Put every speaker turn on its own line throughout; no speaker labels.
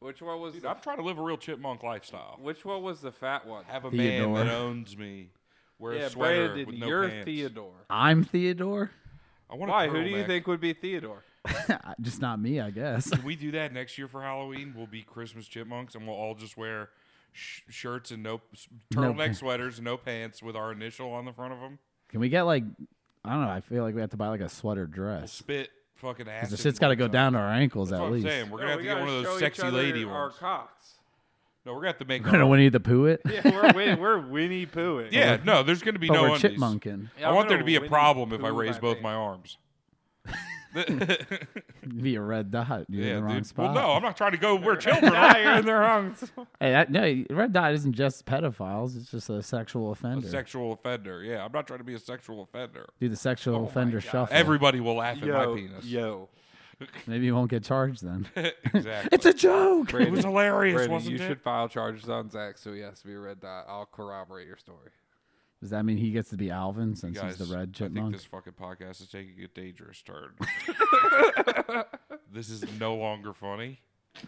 Which one was
Dude,
the,
I'm trying to live a real chipmunk lifestyle.
which one was the fat one?
Have a
Theodore.
man that owns me. Wear
yeah,
a sweater
Brandon,
with no
you're
pants.
Theodore.
I'm Theodore.
I want a
Why? Who do you
turtleneck.
think would be Theodore?
Just not me, I guess.
Can we do that next year for Halloween? We'll be Christmas chipmunks, and we'll all just wear sh- shirts and no s- turtleneck
pants.
sweaters, no pants, with our initial on the front of them.
Can we get like I don't know, I feel like we have to buy like a sweater
We'll
dress.
spit fucking ass.
Cuz the shit's got to go down to our ankles
That's
at
what
least.
I'm saying. We're gonna have
we
to get
gotta
one of
show
those
each
sexy
other
lady
our
ones.
cocks.
No, we're gonna have to make.
We're gonna
our-
Winnie the Pooh it.
Yeah, we're Win- we're Winnie Pooh.
yeah, no, there's gonna be
But
no
Oh, we're
undies.
chipmunking.
I want there to be a problem if I raise both my arms.
Be a red dot. You're in
Yeah,
the wrong
dude.
spot.
Well, no, I'm not trying to go where children
Now
are.
you're in the wrong. spot.
Hey, that, no, red dot isn't just pedophiles. It's just a sexual offender.
Sexual offender. Yeah, I'm not trying to be a sexual offender.
Do the sexual
Oh
offender shuffle.
Everybody will laugh at
Yo,
my penis.
yo,
Maybe you won't get charged then.
exactly.
it's a joke.
it was hilarious,
Brandon,
wasn't
you
it?
should file charges on Zach, so he has to be a red dot. I'll corroborate your story.
Does that mean he gets to be Alvin since
Guys,
he's the red
I think
chipmunk?
this fucking podcast is taking a dangerous turn. this is no longer funny.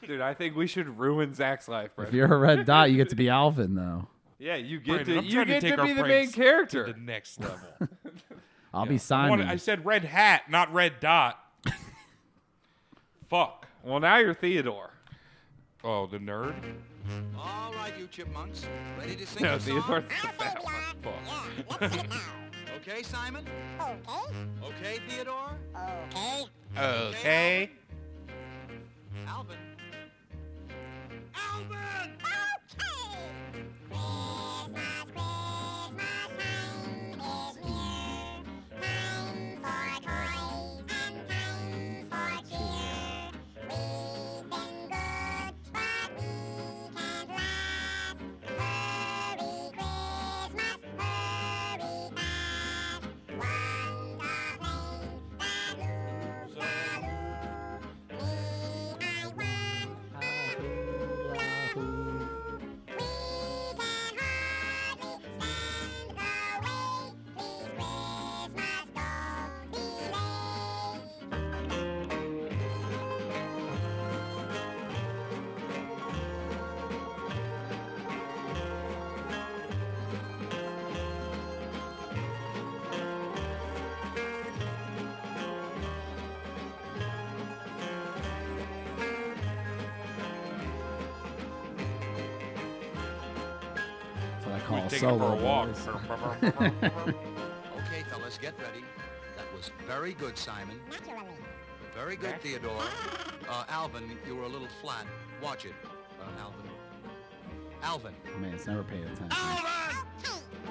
Dude, I think we should ruin Zach's life,
If
Brandon.
you're a red dot, you get to be Alvin though.
Yeah, you get
Brandon,
to
I'm
you
trying
get
to, take
to,
our
be the main
pranks
character.
to the next level.
I'll be
I,
Simon.
wanted- I said red hat, not red dot. Fuck.
Well, now you're Theodore.
Oh, the nerd.
All right, you chipmunks, ready to sing
No,
the song?
Theodore's the
Alpha
fat one.
Blonde.
Fuck.
Yeah, let's get it now.
Okay, Simon?
Okay,
Okay, Theodore?
okay.
Okay.
Alvin?
Alvin! Okay! Christmas, Christmas, time is near. Time for toys and time for cheer. We've been good, but we can't last. Hurry, Christmas, hurry fast. One complaint, baloo, baloo. Me, I want
That's what I
We
call a
take it for a
solo.
walk.
boys.
Okay, fellas, get ready. That was very good, Simon. Very good, Theodore. Uh, Alvin, you were a little flat. Watch it, uh, Alvin. Alvin.
Man, it's never paid attention.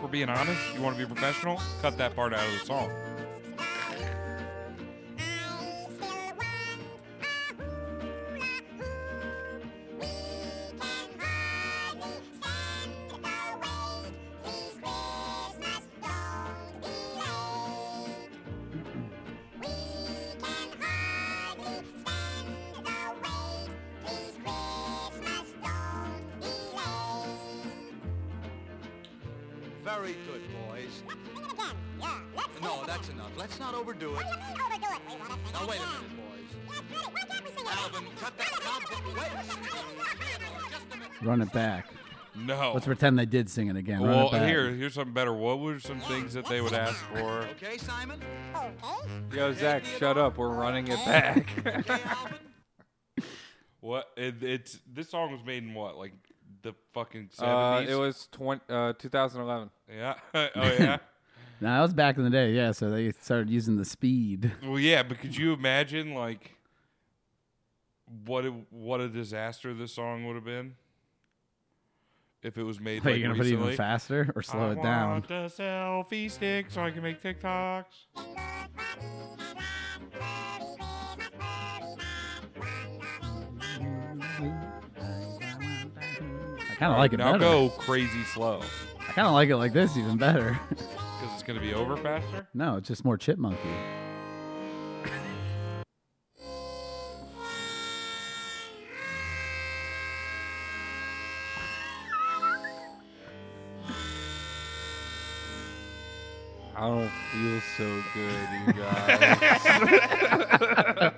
We're being honest. You want to be professional? Cut that part out of the song.
Very good, boys.
Yeah, let's sing
No,
it
that's
again.
enough. Let's not overdo it.
What do you mean overdo it? We wanna sing
Now,
it
wait a
again.
minute, boys.
That's right. Why can't we sing it again?
Alvin, cut that. Alvin, wait a minute. Just a minute.
Run it back.
No.
Let's pretend they did sing it again. Run
Oh. well,
it back.
here, here's something better. What were some things that they would ask for?
Okay, Simon?
Okay.
Yo, Zach, shut up. We're running it back. Uh,
Okay, Alvin?
What? It, it's this song was made in what, like the fucking
uh,
seventies?
it was 20, uh, 2011.
Yeah. oh yeah.
No, that was back in the day. Yeah, so they started using the speed.
well, yeah. But could you imagine like what a, what a disaster this song would have been if it was made
Are
like
you gonna put it
recently?
even faster or slow
I
it down?
want a selfie stick so I can make TikToks.
I kind of like it
now
better.
go crazy slow
I kind of like it like this even better.
because it's gonna be over faster.
no, it's just more chipmunky.
I don't feel so good, you guys.
I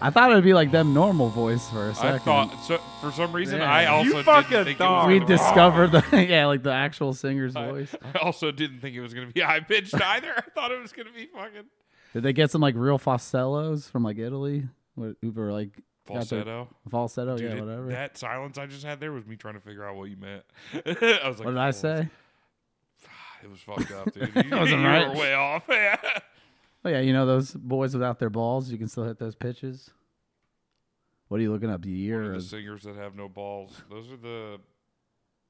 I thought it would be like them normal voice for a second.
I thought so, for some reason
Yeah.
I
You
also
fucking
didn't think
dog.
it
we
was gonna be-
discovered the yeah, like the actual singer's voice.
I also didn't think it was gonna be high pitched either. I thought it was gonna be fucking
Did they get some like real falsettos from like Italy? What Uber like got their-
falsetto.
falsetto,
Dude,
Oh, yeah,
it-
whatever.
That silence I just had there was me trying to figure out what you meant. I was like,
what did I
"Oh,
say?
It was fucked up, dude. You,
Wasn't
you
right.
were way off. Yeah.
Oh yeah, you know those boys without their balls, you can still hit those pitches. What are you looking up? The year?
Or the
or-
singers that have no balls. Those are the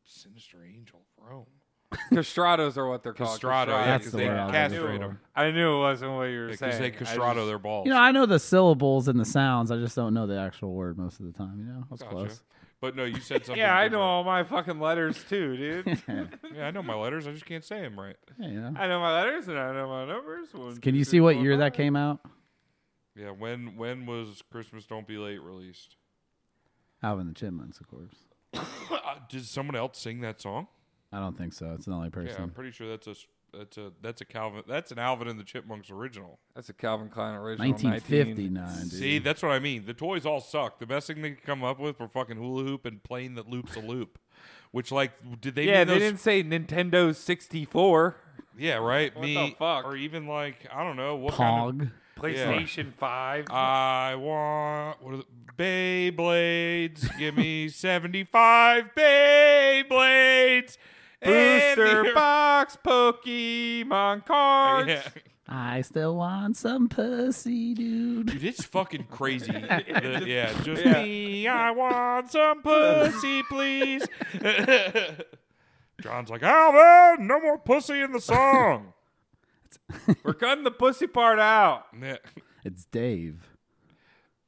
sinister angel of Rome.
Castrados are what they're called.
Castrato,
castrados.
yeah,
That's
'cause
the
they
word I was
castrate
looking
'em.
for.
I knew it wasn't what you were
Because
saying.
they
I just-
castrato their balls.
You know, I know the syllables and the sounds. I just don't know the actual word most of the time. You know, that's
Gotcha.
close.
But no, you said something.
yeah, I know
different.
all my fucking letters too, dude.
yeah,
Yeah, I know my letters. I just can't say them right.
you know.
I know my letters and I know my numbers. One,
Can
two,
you
three,
see what
four,
year
five.
that came out?
Yeah, when when was Christmas Don't Be Late released?
Alvin and the Chipmunks, of course.
Uh, Did someone else sing that song?
I don't think so. It's the only
Yeah, I'm
person.
pretty sure that's a that's a that's a Calvin that's an Alvin and the Chipmunks original.
That's a Calvin Klein original. 1950.
1959. Dude.
See, that's what I mean. The toys all suck. The best thing they could come up with were fucking hula hoop and plane that loops a loop. Which like did they
Yeah,
mean
they didn't
those-
say Nintendo 64,
Yeah, right.
What
Me
the fuck?
or even like I don't know what kind of
Pog.
PlayStation 5.
I want what are the Beyblades. Give me seventy five Beyblades. And
Booster
they're-
box Pokemon cards.
Yeah.
I still want some pussy, dude.
Dude, it's fucking crazy. The- yeah, just
Yeah.
me. I want some pussy, please. John's like, Alvin, no more pussy in the song.
We're cutting the pussy part out.
Yeah.
It's Dave.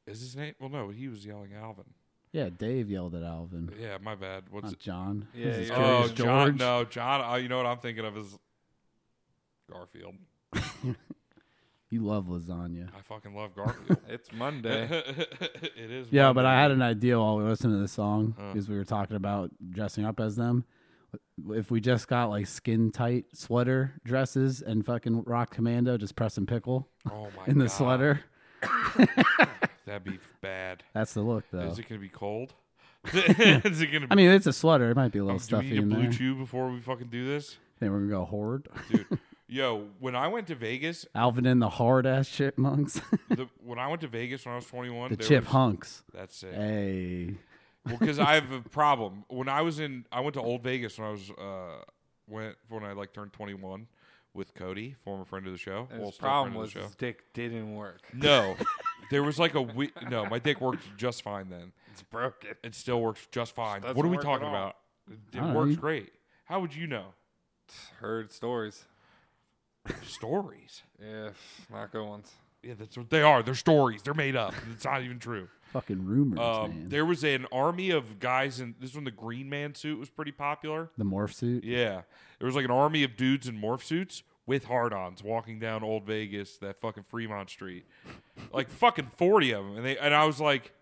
Is his name? Well, no, he was yelling Alvin.
Yeah, Dave yelled at Alvin,
Yeah, my bad. What's
not John.
Yeah,
This is
yeah.
Oh,
Uh, Curious
John.
George.
No, John. Uh, you know what I'm thinking of is Garfield.
You love lasagna.
I fucking love Garfield.
It's Monday.
it is.
Yeah,
one
but
day.
I had an idea while we were listening to this song
Uh.
because we were talking about dressing up as them. If we just got like skin tight sweater dresses and fucking rock commando, just pressing pickle
Oh my
in the
God,
sweater.
That'd be bad.
That's the look, though.
Is it gonna be cold? is it gonna? Be,
Oh. I mean, it's a sweater. It might be a little
Oh, do we
stuffy
need a
in
blue
there.
chew before we fucking do this,
Then we're gonna go horde.
dude? yo, when I went to Vegas,
Alvin and the hard ass chipmunks.
the, when I went to Vegas when I was 21,
the
there
chip Eh.
was-
hunks.
That's it.
Hey,
Well, because I have a problem. When I was in, I went to Old Vegas when I was uh went when I like turned 21 with Cody, former friend of the show.
And
well,
his
still
problem
friend
was
of the show.
his dick didn't work.
No, there was like a we- no. My dick worked just fine then.
It's broken.
It still works just fine.
Doesn't
What are we
work at
talking
all.
about? It- It
don't know,
works
you-
great. How would you know?
Heard stories.
Stories.
Yeah, not good ones.
Yeah, that's what they are. They're stories. They're made up. It's not even true.
fucking rumors,
Um,
man.
there was an army of guys in this is when the Green Man suit was pretty popular.
The morph suit.
Yeah. There was like an army of dudes in morph suits with hard ons walking down Old Vegas, that fucking Fremont Street. Like fucking 40 of them. And, they, and I was like,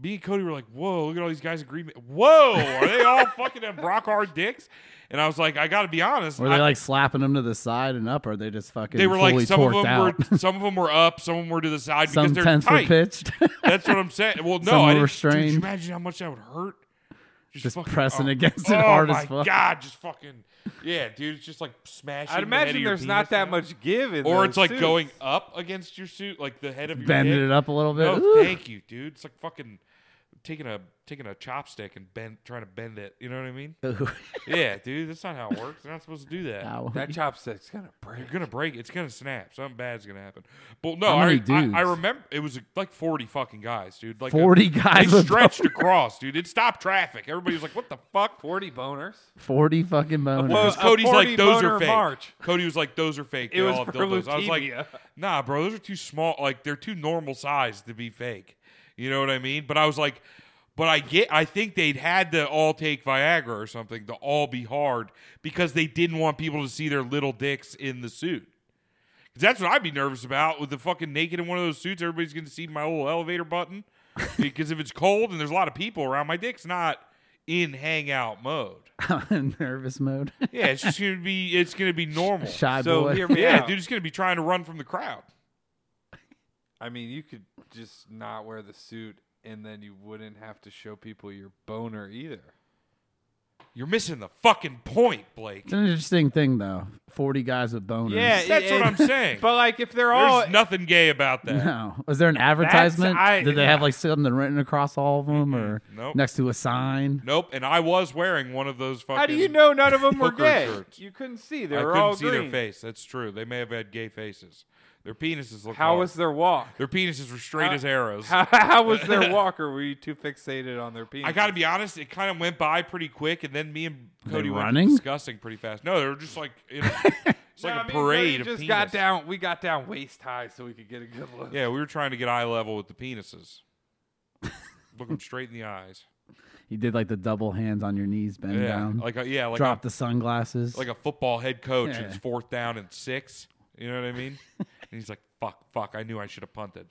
me and Cody were like, whoa, look at all these guys in green. Man- Whoa, are they all fucking have rock hard dicks? And I was like, I got to be honest.
Were they
I-
like slapping them to the side and up, or are they just fucking?
they were
fully
like, some of
torqued
them
out?
were some of them were up, some of them were to the side
Some
because they're
tents were
tight.
pitched.
That's what I'm saying. Well, no,
Some
I
were
didn't. Dude,
restrained.
you imagine how much that would hurt?
Just
fucking-
pressing
oh,
against it
oh
hard as
my
fuck.
god, just fucking yeah, dude. It's just like
I'd
smashing. the head of
imagine
your
there's not
penis
that
down.
much give in
or
those
it's like
suits.
going up against your suit, like the head of your
Bended
dick.
it up a little bit.
No,
Ooh.
thank you, dude. It's like fucking taking a taking a chopstick and bend trying to bend it. You know what I mean?
Ooh.
yeah, dude. That's not how it works. You're not supposed to do that.
Ow.
That chopstick's gonna break.
You're gonna break. It's gonna snap. Something bad's gonna happen. But no,
How
I,
many
I
dudes?
I remember it was like forty fucking guys, dude. Like a-
40 guys
They
with
stretched across, dude. It stopped traffic. Everybody was like, "What the fuck?"
40 boners.
Forty fucking boners.
Well,
Because Cody's
a 40
like, "Those are
boner
fake."
march.
Cody was like, "Those are fake."
It
They
was
all have
for
dildos. I was
leukemia.
like, "Nah, bro. Those are too small. Like they're too normal size to be fake." You know what I mean? But I was like. But I get, I think they'd had to all take Viagra or something to all be hard because they didn't want people to see their little dicks in the suit. 'Cause That's what I'd be nervous about with the fucking naked in one of those suits. Everybody's going to see my little elevator button. because if it's cold and there's a lot of people around, my dick's not in hangout mode.
in nervous mode.
Yeah, it's just going to be it's going to be normal.
Shy
So
boy.
hear me
yeah,
out.
dude, it's going to be trying to run from the crowd.
I mean, you could just not wear the suit, and then you wouldn't have to show people your boner either.
You're missing the fucking point, Blake.
It's an interesting thing, though. 40 guys with boners.
Yeah, it-
That's what
it-
I'm saying.
But like, if they're all
There's nothing gay about that.
No. Was there an advertisement?
I-
Did they have like something written across all of them or
Nope.
next to a sign?
Nope. And I was wearing one of those fucking.
How do you know none of them were
hooker
gay?
shirts.
You couldn't see. They
I
were
couldn't
all
see
green.
their face. That's true. They may have had gay faces. Their penises look.
How
hard.
was their walk?
Their penises were straight
How-
as arrows.
How, how was their walk? Or were you too fixated on their penis?
I got to be honest. It kind of went by pretty quick, and then me and
Were they
Cody went
running?
discussing pretty fast. No, they were just like in a, it's like
No,
a
I mean,
parade
We
of
just
penis.
got down. We got down waist high so we could get a good look.
Yeah, we were trying to get eye level with the penises. Look them straight in the eyes.
You did like the double hands on your knees, bend
yeah,
down,
like a, yeah, like
drop
a,
the sunglasses.
like a football head coach.
Yeah.
And it's fourth down and six. You know what I mean? and he's like, "Fuck, fuck! I knew I should have punted."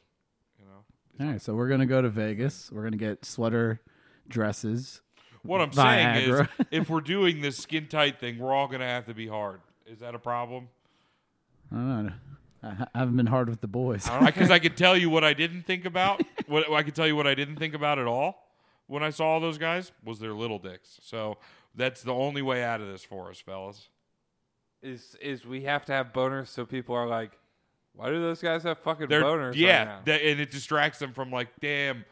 You know.
all right, so we're going to go to Vegas. We're going to get sweater dresses.
What I'm saying is,
Viagra.
if we're doing this skin tight thing, we're all gonna have to be hard. Is that a problem?
I don't know. I ha- I haven't been hard with the boys.
Because I could tell you what I didn't think about. What I could tell you what I didn't think about at all when I saw all those guys was their little dicks. So that's the only way out of this for us, fellas.
Is is we have to have boners so people are like, why do those guys have fucking
They're
boners? right
yeah,
now?
that- and it distracts them from like, damn,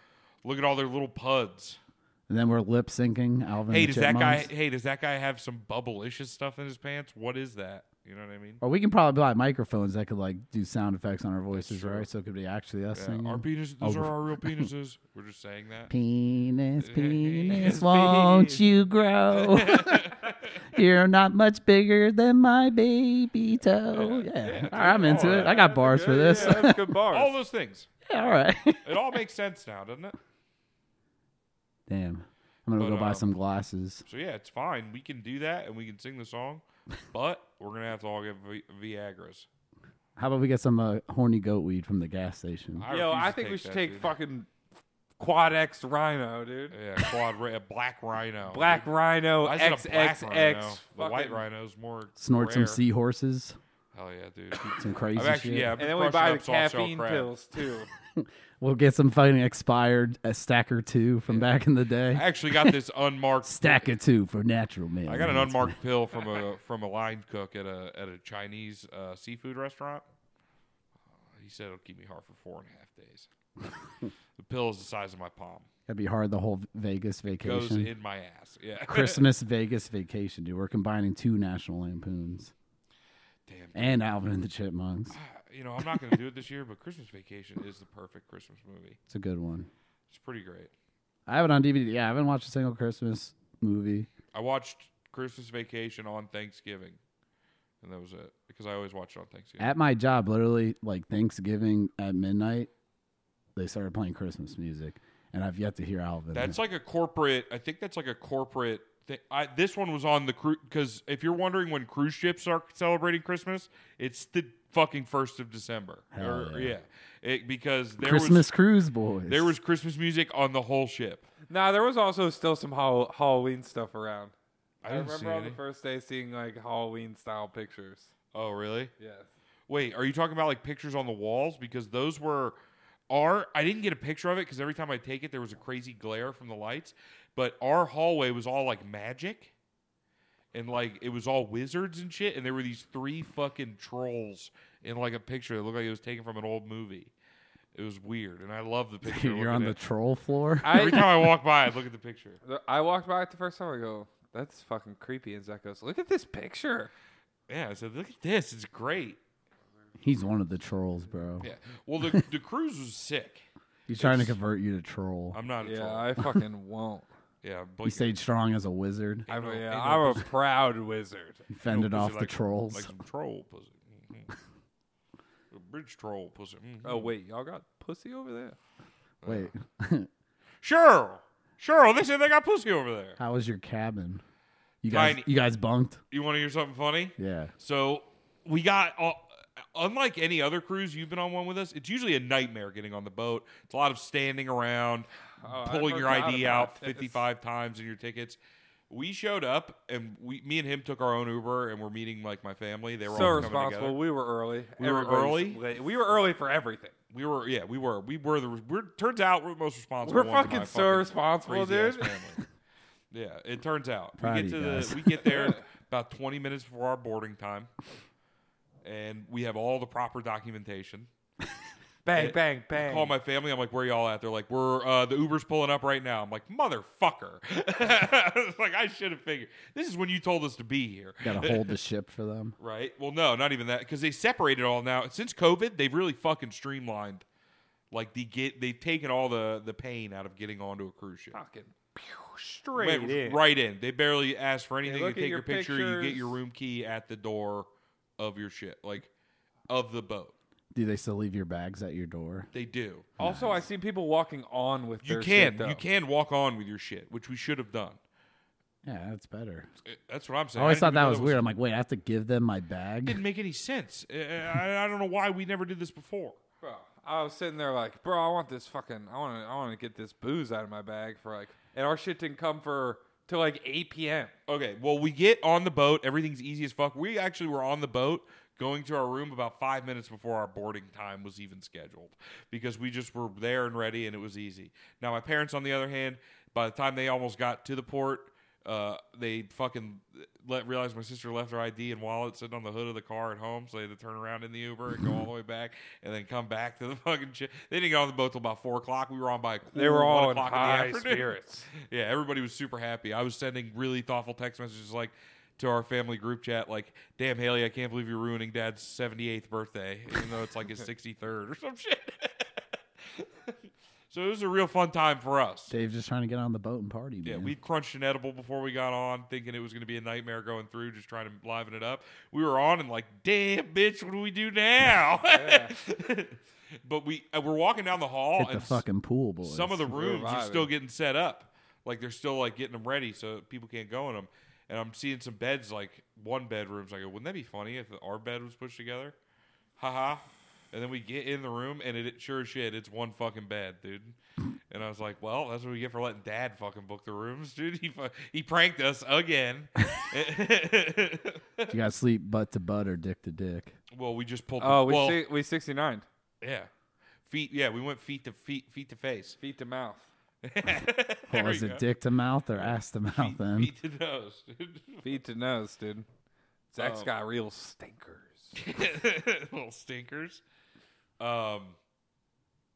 look at all their little puds.
And then we're lip syncing. Alvin.
hey,
the
does that guy?
Chipmunks.
Hey, does that guy have some bubblicious stuff in his pants? What is that? You know what I mean?
Or we can probably buy microphones that could like do sound effects on our voices, right? So it could be actually us singing.
Yeah, our penises. Those
Oh,
are our real penises. We're just saying that.
Penis, penis,
penis.
won't you grow? You're not much bigger than my baby toe. Yeah, All right, I'm into
all
it.
right.
I got bars for
Yeah,
this.
yeah, that's good bars.
All those things.
Yeah, all right.
It all makes sense now, doesn't it?
Damn, I'm gonna
But,
go buy
uh,
some glasses.
So yeah, it's fine. We can do that and we can sing the song, but we're gonna have to all get vi- Viagra's.
How about we get some uh, horny goat weed from the gas station?
I
Yo,
refuse
I
to
think we should
that,
take
dude.
fucking quad X Rhino, dude.
yeah, quad ri- a black rhino,
Black Rhino,
Why is it a black
XXX.
rhino? The
fucking-
white rhino's more
Snort some
rare.
seahorses,
Hell yeah, dude.
some crazy
I've actually
shit.
yeah, I've been
And then we
crushing
buy the
up soft shell
caffeine
crab.
pills too.
We'll get some fucking expired a stack or two from back in the day.
I actually got this unmarked
stack or two for natural man.
I got an unmarked pill from a from a line cook at a at a Chinese uh, seafood restaurant. Uh, He said it'll keep me hard for four and a half days. the pill is the size of my palm.
That'd be hard the whole Vegas
Goes
vacation.
in my ass. Yeah.
Christmas Vegas vacation, dude. We're combining two National Lampoons
Damn.
and Alvin and the Chipmunks.
you know, I'm not going to do it this year, but Christmas Vacation is the perfect Christmas movie.
It's a good one.
It's pretty great.
I have it on DVD. Yeah, I haven't watched a single Christmas movie.
I watched Christmas Vacation on Thanksgiving, and that was it because I always watch it on Thanksgiving.
At my job, literally like Thanksgiving at midnight, they started playing Christmas music, and I've yet to hear Alvin.
That's like a corporate. I think that's like a corporate. Thing. I, this one was on the cruise because if you're wondering when cruise ships are celebrating Christmas, it's the fucking first of December.
Hell
Or-
yeah.
It- because there
Christmas
was
Cruise Boys.
there was Christmas music on the whole ship.
nah, there was also still some Hall- Halloween stuff around.
I,
I,
didn't see
remember on the
any.
first day seeing like Halloween style pictures.
Oh really?
Yes.
Wait, are you talking about like pictures on the walls? Because those were our. I didn't get a picture of it because every time I take it, there was a crazy glare from the lights. But our hallway was all like magic, and like it was all wizards and shit. And there were these three fucking trolls in like a picture that looked like it was taken from an old movie. It was weird, and I love the picture.
You're on the
Tr-
troll floor.
every
I
time I walk by, I look at the picture.
I walked by it the first time. I go, that's fucking creepy. And Zach goes, look at this picture.
Yeah, I said, look at this. It's great.
He's one of the trolls, bro.
Yeah. Well, the the cruise was sick.
He's trying to convert you to troll.
I'm not a
Yeah,
troll.
I fucking won't.
yeah,
you
Blake-
stayed strong as a wizard.
I'm,
no-
a- yeah,
ain't no
I'm a proud wizard.
You fended
Pussy
off the
like-
trolls.
Like some troll pussy. Mhm. A bridge troll pussy. mhm.
Oh wait, y'all got pussy over there?
Wait,
uh. Cheryl! Cheryl, they said they got pussy over there.
how was your cabin? You guys,
Tiny.
you guys bunked.
You want to hear something funny?
Yeah.
So we got all. Unlike any other cruise you've been on one with us, it's usually a nightmare getting on the boat. It's a lot of standing around,
Oh, I
pulling your
forgot
ID
about
out
this.
55 times in your tickets. We showed up and we, me and him took our own Uber and we're meeting like my family. They were
So
all coming
responsible.
together.
We were early.
We were
Everybody was
early?
late. We were early for everything.
We were, yeah, we were, we were the. We're turns out we're the most responsible.
We're
ones in my
fucking so responsible,
crazy-ass
dude.
family. yeah, it turns out
Proud
we
of
get to
you
the
guys.
we get there about twenty minutes before our boarding time, and we have all the proper documentation.
Bang,
It-
bang,
I
bang.
call my family. I'm like, "Where y'all at?" They're like, "We're uh, the Uber's pulling up right now." I'm like, "Motherfucker!" It's like I should have figured. This is when you told us to be here.
Gotta hold the ship for them.
Right. Well, no, not even that because they separated all now. Since COVID, they've really fucking streamlined. Like they get, they've taken all the the pain out of getting onto a cruise ship.
fucking pew,
Went
straight in.
right in. They barely ask for anything. You
look at
take your
your
picture. You get
pictures.
your room key at the door of your ship, like of the boat.
Do they still leave your bags at your door?
They do.
Also, I see people walking on with
You
their
can
shit, though.
you can walk on with your shit, which we should have done.
Yeah, that's better.
Uh, That's what I'm
I
saying.
always
didn't
thought
even know
that was weird. I'm like, wait, I have to give them my bag.
Didn't make any sense. Uh, I, I don't know why we never did this before.
Bro, I was sitting there like, bro, I want this fucking, I want to, I want to get this booze out of my bag for like, and our shit didn't come for till like 8 p.m.
Okay, well, we get on the boat. Everything's easy as fuck. We actually were on the boat going to our room about five minutes before our boarding time was even scheduled because we just were there and ready and it was easy. Now, my parents, on the other hand, by the time they almost got to the port, uh, they fucking let realized my sister left her ID and wallet sitting on the hood of the car at home, so they had to turn around in the Uber and go all the way back and then come back to the fucking ship. They didn't get on the boat till about four o'clock. We were on by a cool
They were all
one
in
o'clock
high
in the afternoon.
spirits.
Yeah, everybody was super happy. I was sending really thoughtful text messages like to our family group chat, like, damn Haley, I can't believe you're ruining dad's seventy eighth birthday, even though it's like his sixty third or some shit. so it was a real fun time for us.
Dave's just trying to get on the boat and party.
Yeah,
man.
we crunched an edible before we got on, thinking it was going to be a nightmare going through, just trying to liven it up. We were on and like, damn, bitch, what do we do now? but we uh, we're walking down the hall
hit
and
the
s-
fucking pool, boys.
some of the
We're
rooms are still
vibing.
getting set up. Like they're still like getting them ready so people can't go in them. And I'm seeing some beds like one bedrooms. I go, wouldn't that be funny if our bed was pushed together? Haha. And then we get in the room and it, it sure as shit, it's one fucking bed, dude. And I was like, well, that's what we get for letting dad fucking book the rooms, dude. He fu- he pranked us again.
you gotta sleep butt to butt or dick to dick.
well, we just pulled. the-
Oh, we
well,
si- we 69
yeah, feet. Yeah, we went feet to feet, feet to face.
feet to mouth.
There
Well,
we
is it
go.
dick to mouth or ass to mouth?
feet,
then
feet to nose, dude.
Feet to nose, dude. Zach's
Oh.
got real stinkers.
little stinkers. Um,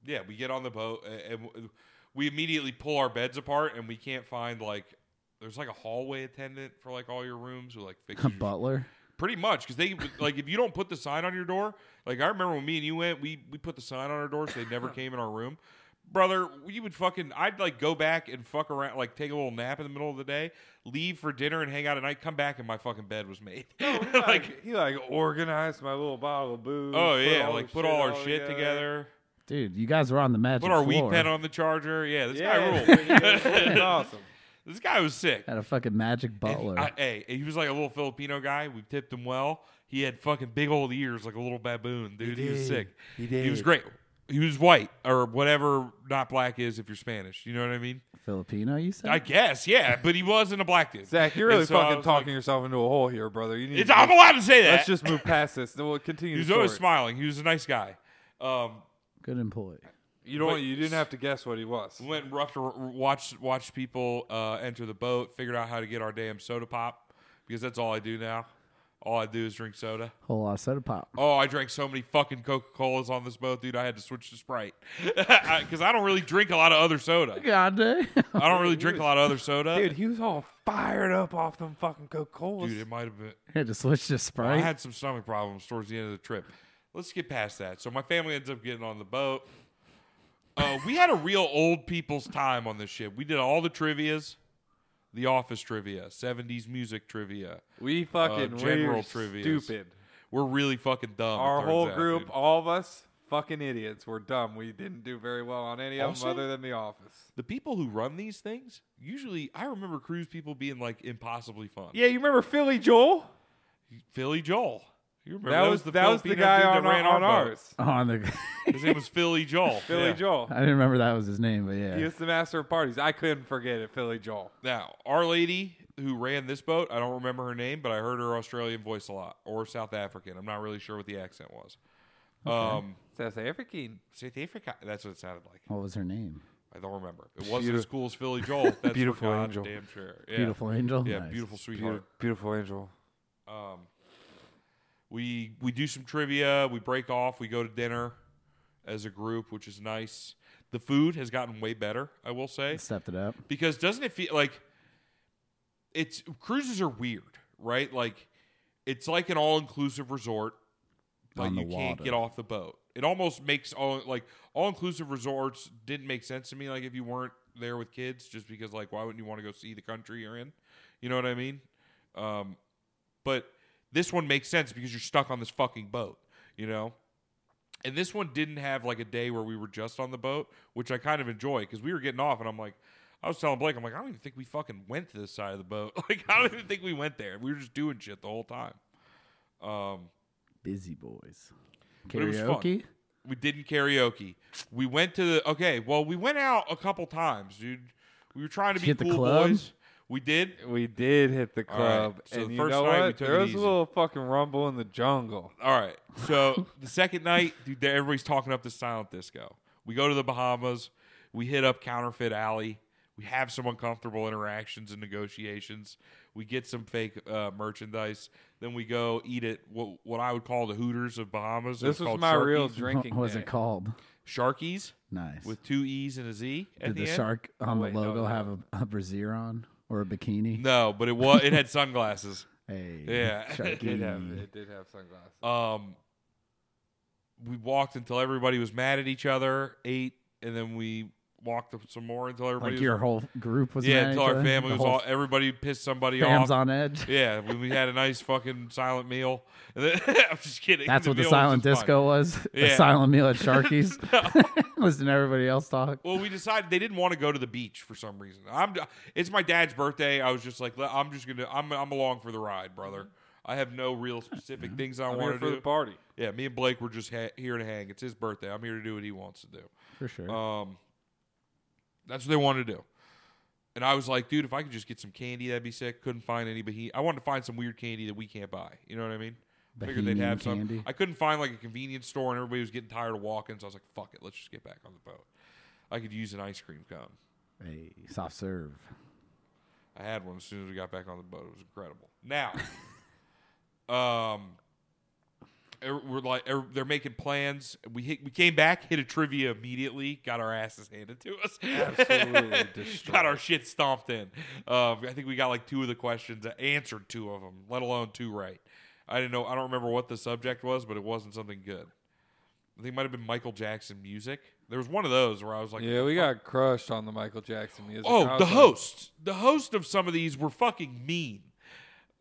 yeah, we get on the boat a- and w- we immediately pull our beds apart, and we can't find like there's like a hallway attendant for like all your rooms who like fixes
a
your-
butler.
pretty much because they like if you don't put the sign on your door. Like I remember when me and you went, we we put the sign on our door, so they never came in our room. Brother, you would fucking. I'd like go back and fuck around, like take a little nap in the middle of the day, leave for dinner and hang out at night, come back and my fucking bed was made. like
he like organized my little bottle of booze.
Oh
put
yeah,
all
like
the
put all our shit
together.
together.
Dude, you guys were on the magic
Put our
floor.
weed pen on the charger. Yeah, this
Yeah,
guy ruled.
it's awesome.
this guy was sick.
Had a fucking magic
And
butler.
He, I- hey, he was like a little Filipino guy. We tipped him well. He had fucking big old ears like a little baboon, dude. He, was sick. He did. He was great. He was white or whatever not black is if you're Spanish. You know what I mean?
Filipino, you said?
I guess, yeah. But he wasn't a black dude.
Zach, you're
And
really
so I
fucking
was like-
talking yourself into a hole here, brother. You need.
it's,
to
I'm allowed to say that.
Let's just move past this. Then we'll continue.
he was
the
always
story.
smiling. He was a nice guy. Um,
Good employee.
You don't.
But-
you didn't have to guess what he was.
went and rough watched watched people uh, enter the boat. Figured out how to get our damn soda pop because that's all I do now. All I do is drink soda.
Whole lot of soda pop.
Oh, I drank so many fucking Coca Colas on this boat, dude. I had to switch to Sprite because I don't really drink a lot of other soda.
God damn.
I don't really drink a lot of other soda,
Dude, he was all fired up off them fucking Coca Colas.
Dude, it might have been.
Had to switch to
I
Sprite.
had some stomach problems towards the end of the trip. Let's get past that. So my family ends up getting on the boat. Uh, we had a real old people's time on this ship. We did all the trivia's, the office trivia, 70s music trivia.
We fucking
Uh,
we
general
were
trivias.
stupid.
We're really fucking dumb. it
Our
turns
whole
out,
group,
dude.
all of us, fucking idiots. We're dumb. We didn't do very well on any of
Also-
them other than The Office.
The people who run these things, usually, I remember cruise people being like impossibly fun.
Yeah, you remember Philly Joel?
Philly Joel. You remember
that was
the
that was the
Filipino
guy
dude
on,
that ran
on
our boat.
ours.
on the,
His name was Philly Joel.
Philly
Yeah.
Joel.
I didn't remember that was his name, but yeah.
He was the master of parties. I couldn't forget it, Philly Joel.
Now, our lady who ran this boat, I don't remember her name, but I heard her Australian voice a lot or South African. I'm not really sure what the accent was. Um,
South African.
South Africa. That's what it sounded like.
What was her name?
I don't remember. It wasn't as cool as Philly Joel. That's
Beautiful
for God
angel.
Damn sure. Yeah.
Beautiful Angel.
Yeah,
Nice.
beautiful sweetheart.
Beautiful, beautiful angel.
Um, we we do some trivia. We break off. We go to dinner as a group, which is nice. The food has gotten way better. I will say
Stepped it up.
because doesn't it feel like it's cruises are weird, right? Like it's like an all inclusive resort, but
On the
you can't
water.
get off the boat. It almost makes all like all inclusive resorts didn't make sense to me. Like if you weren't there with kids, just because like why wouldn't you want to go see the country you're in? You know what I mean? Um, but this one makes sense because you're stuck on this fucking boat, you know. And this one didn't have like a day where we were just on the boat, which I kind of enjoy because we were getting off, and I'm like, I was telling Blake, I'm like, I don't even think we fucking went to this side of the boat. Like, I don't even think we went there. We were just doing shit the whole time. Um,
Busy Boys.
But it was fun.
Karaoke.
we didn't karaoke. We went to the okay. Well, we went out a couple times, dude. We were trying to
Did
be
you hit the
cool
club?
boys. We did.
We did hit the
All right,
club.
so
and
the
you
first
know
night we
what?
took
There
it
was
easy.
a little fucking rumble in the jungle.
All right. So the second night, dude, there- everybody's talking up the silent disco. We go to the Bahamas. We hit up Counterfeit Alley. We have some uncomfortable interactions and negotiations. We get some fake uh, merchandise. Then we go eat at what, what I would call the Hooters of Bahamas. It
This was
called
my
Sharkies.
real
What
drinking
was
day.
it called?
Sharkies
Nice.
with two E's and a Z at
Did
the,
the,
end.
shark on
wait,
the
no,
logo
no.
have a, a brassiere on or a bikini?
No, but it was it had sunglasses.
Hey,
Yeah.
It did have
Sharky.
it did have sunglasses.
Um, we walked until everybody was mad at each other, ate, and then we walked some more until
like
everybody was
your whole group was
yeah,
mad
until
at each
our
other?
family
The
was
whole
all everybody pissed somebody
fam's
off.
on edge.
Yeah, when we had a nice fucking silent meal. And then- I'm just kidding.
That's what the
meal was
silent
just fine.
disco was.
Yeah.
The silent meal at Sharky's. Listen to everybody else talk.
Well, we decided they didn't want to go to the beach for some reason. I'm. It's my dad's birthday. I was just like, "Le- I'm just gonna. I'm. I'm along for the ride, brother. I have no real specific things I
I'm here
want to
for
do.
the party.
Yeah, me and Blake were just ha- here to hang. It's his birthday. I'm here to do what he wants to do.
For sure.
Um, that's what they wanted to do. And I was like, dude, if I could just get some candy, that'd be sick. Couldn't find any Bahini. I wanted to find some weird candy that we can't buy. You know what I mean? Figured they'd
Bahamian
have some.
candy.
I couldn't find like a convenience store, and everybody was getting tired of walking. So I was like, fuck it, let's just get back on the boat. I could use an ice cream cone.
hey, soft serve.
I had one as soon as we got back on the boat. It was incredible. Now, um, er- we're like er- they're making plans. We hit, we came back, hit a trivia immediately, got our asses handed to us.
Absolutely destroyed.
got our shit stomped in. Uh, I think we got like two of the questions uh, answered, two of them, let alone two right. I didn't know. I don't remember what the subject was, but it wasn't something good. I think it might have been Michael Jackson music. There was one of those where I was like,
Yeah, we got crushed on the Michael Jackson music. I
Oh,
was
the
like,
hosts. The host of some of these were fucking mean.